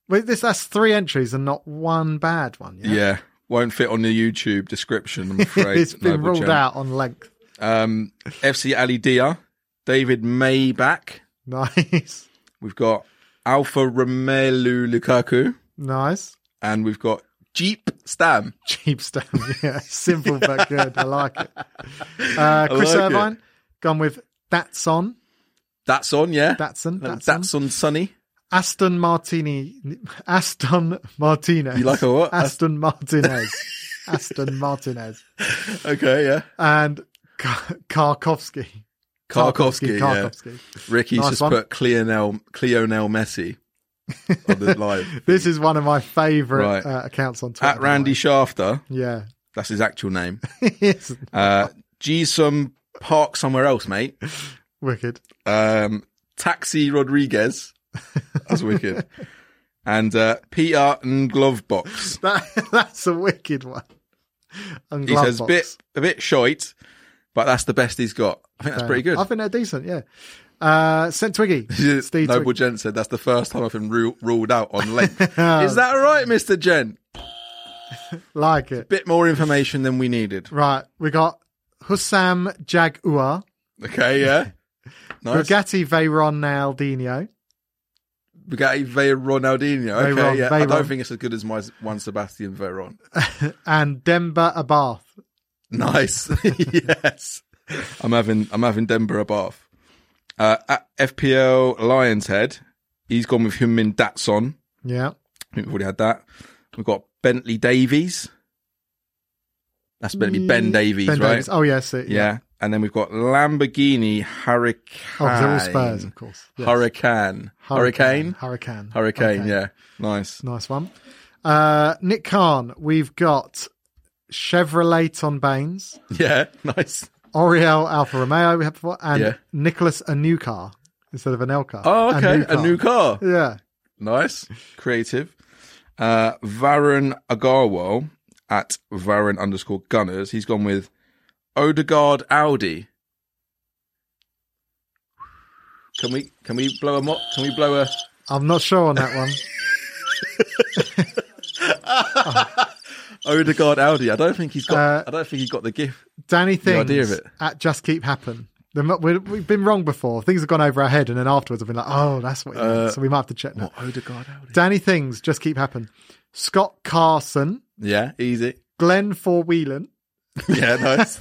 Wait, this that's three entries and not one bad one. Yeah,
Yeah. Won't fit on the YouTube description, I'm afraid.
it's been
Noble
ruled
gent.
out on length.
Um, FC Ali Dia, David Mayback.
Nice,
We've got Alpha Romelu Lukaku.
nice.
and we've got Jeep Stam.
cheap stuff. Yeah, simple but good. I like it. Uh, Chris
like it.
Irvine gone with that's on
That's on, yeah.
Datsun.
That's,
Datsun.
on Sunny.
Aston Martini. Aston Martinez.
You like a what?
Aston Martinez. Aston Martinez.
Okay, yeah.
And Ka- Karkovsky.
Karkovsky, yeah.
Karkovsky.
Ricky's
Nice
just
one.
put Cleonel, Cleonel Messi on the live.
This is one of my favourite
Right.
uh, accounts on Twitter.
At Randy Shafter,
Yeah.
that's his actual name.
it's
Uh, G some park somewhere else, mate.
wicked.
Um, Taxi Rodriguez. That's wicked. And uh, Peter and Glovebox.
That, that's a wicked one. And
He
glove
says
box.
bit a bit shite, but that's the best he's got. I think that's
Fair
pretty good.
enough. Uh, I think they're decent, yeah. Uh, St. Twiggy. Steve
Noble
Twiggy.
Gent said that's the first time I've been ru- ruled out on length. Is that right, Mr. Gent?
Like it.
Bit more information than we needed.
Right. We got Hussam Jaguar,
Okay, yeah. Nice.
Bugatti Veyron Naldinho.
Bugatti Veyron Ronaldinho. Okay,
Veyron,
yeah. I don't
Veyron.
think it's as good as my one Sebastian Veyron.
and Demba Abarth.
Nice. yes. I'm having I'm having Denver a bath. Uh, at FPL Lions Head, he's gone with Humin Datson.
Yeah.
I think we've already had that. We've got Bentley Davies. That's going to be Ben Davies,
Mm, Ben
right?
Davies. Oh, yes. it-
Yeah. And then we've got Lamborghini Hurricane.
Oh, they're all Spurs, of course. Yes.
Hurricane. Hurricane.
Hurricane.
Hurricane,
Okay.
yeah. Nice.
Nice one. Uh, Nick Khan, we've got Chevrolet on Baines,
Yeah, nice.
Oriel Alfa Romeo, we have before, and
Yeah.
Nicholas a new car instead of an L car.
Oh, okay. A new car.
Yeah.
Nice. Creative. Uh, Varun Agarwal at Varun underscore Gunners. He's gone with Odegaard Audi. Can we can we blow a mo- can we blow a
I'm not sure on that one.
Odegaard Audi? I don't think he's got.
Uh,
I don't think he got the gift.
Danny Things
idea of it.
at Just Keep Happen. The mo- we- We've been wrong before. Things have gone over our head, and then afterwards I've been like, oh, that's what he meant. So we might have to check now.
Uh, What Odegaard Audi?
Danny Things, Just Keep Happen. Scott Carson,
Yeah, easy.
Glenn Four Whelan,
Yeah, nice.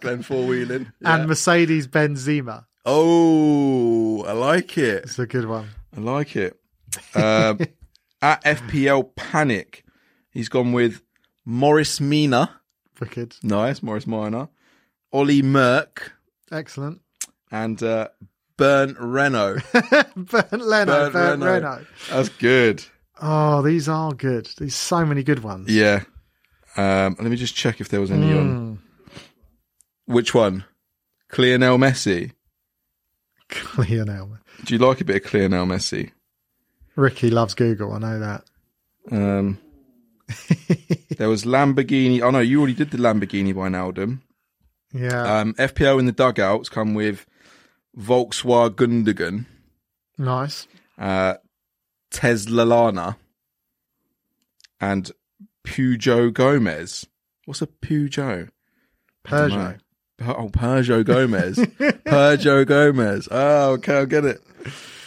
Glenn four wheeling.
and Mercedes Benzema.
Oh, I like it.
It's a good one.
I like it. Um, at FPL Panic, he's gone with Morris Mina.
Wicked.
Nice, Morris Minor. Ollie Merck
Excellent.
and uh, Bernd Renault.
Bernd Leno,
Bernd
Bernd
Leno.
Reno.
That's good.
Oh, these are good. There's so many good ones.
Yeah. Um, let me just check if there was any on. Which one? Cleonel Messi.
Hmm. Lionel.
Do you like a bit of Cleonel Messi?
Ricky loves Google. I know that.
Um, there was Lamborghini. Oh no, you already did the Lamborghini Wijnaldum.
Yeah.
Um, FPL in the dugouts come with Volkswagen Gundogan,
nice.
uh, Tesla Lana, and Pujo Gomez. What's a Pujo? I don't know.
Peugeot.
Per- Oh, Peugeot Gomez. Peugeot Gomez. Oh, okay, I get it.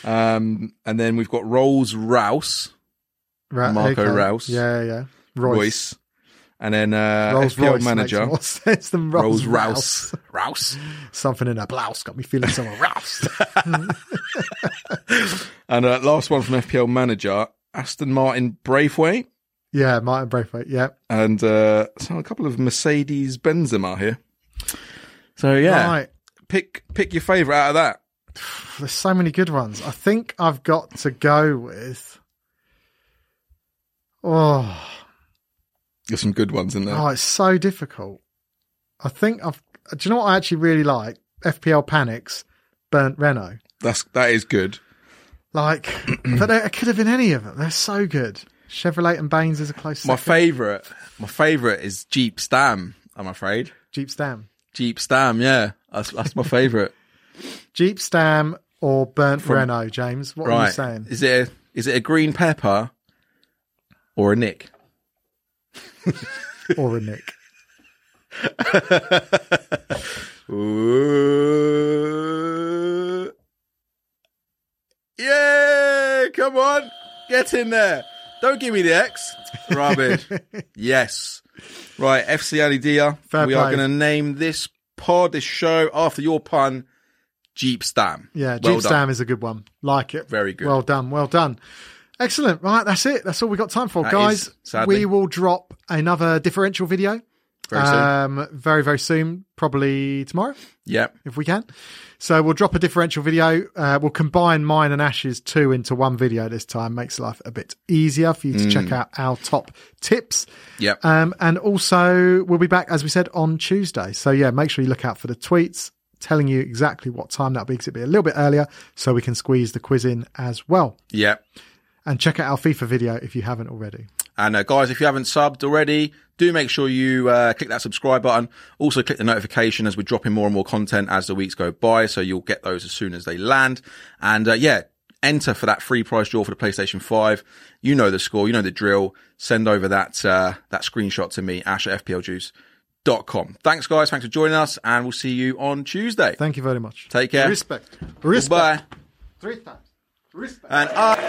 Um, and then we've got Rolls Rouse,
Ra-
Marco Rouse.
Yeah, yeah.
Royce,
Royce.
and then uh,
Rolls
FPL
Royce
manager.
makes more sense than
Rolls
Rolls Rouse.
Rouse. Rouse.
Something in a blouse got me feeling so roused.
And uh, last one from FPL manager, Aston Martin Braithwaite.
yeah, Martin Braithwaite. Yeah.
and uh, so a couple of Mercedes Benzema here. So yeah,
Right.
pick pick your favorite out of that.
There's so many good ones. I think I've got to go with. Oh.
There's some good ones in there.
Oh, it's so difficult. I think I've. Do you know what I actually really like? FPL Panics, Burnt Renault.
That's that is good.
Like, but there- it could have been any of them. They're so good. Chevrolet and Baines is a close
My
second.
favorite, my favorite is Jeep Stam. I'm afraid
Jeep Stam.
Jeep Stam. Yeah, that's, that's my favorite.
Jeep Stam or Burnt Renault, James. What are you
right?
saying?
Is it a, is it a green pepper or a nick?
or a Nick?
Ooh. Yeah, come on. Get in there. Don't give me the X. Rubbish. yes. Right, FC Ali Dia.
Fair
we
play.
are going to name this pod, this show, after your pun, Jeep Stam.
Yeah, Jeep
Well done.
Stam is a good one. Like it.
Very good.
Well done. Well done. Excellent. Right, that's it. That's all we got time for,
That
guys.
is, sadly.
We will drop another differential video
Very soon.
um, very very soon, probably tomorrow.
Yep.
if we can. So we'll drop a differential video. Uh, we'll combine mine and Ash's two into one video this time. Makes life a bit easier for you
Hmm.
to check out our top tips.
Yep.
Um, and also, we'll be back, as we said, on Tuesday. So yeah, make sure you look out for the tweets telling you exactly what time that'll be because it'll be a little bit earlier so we can squeeze the quiz in as well.
yep.
And check out our FIFA video if you haven't already.
And uh, guys, if you haven't subbed already, do make sure you uh, click that subscribe button. Also, click the notification as we're dropping more and more content as the weeks go by, so you'll get those as soon as they land. And uh, yeah, enter for that free prize draw for the PlayStation Five. You know the score, you know the drill. Send over that uh, that screenshot to me, Ash at fpljuice.com. Thanks, guys. Thanks for joining us, and we'll see you on Tuesday.
Thank you very much.
Take care.
Respect. Respect.
Bye.
Three times. Respect.
And up.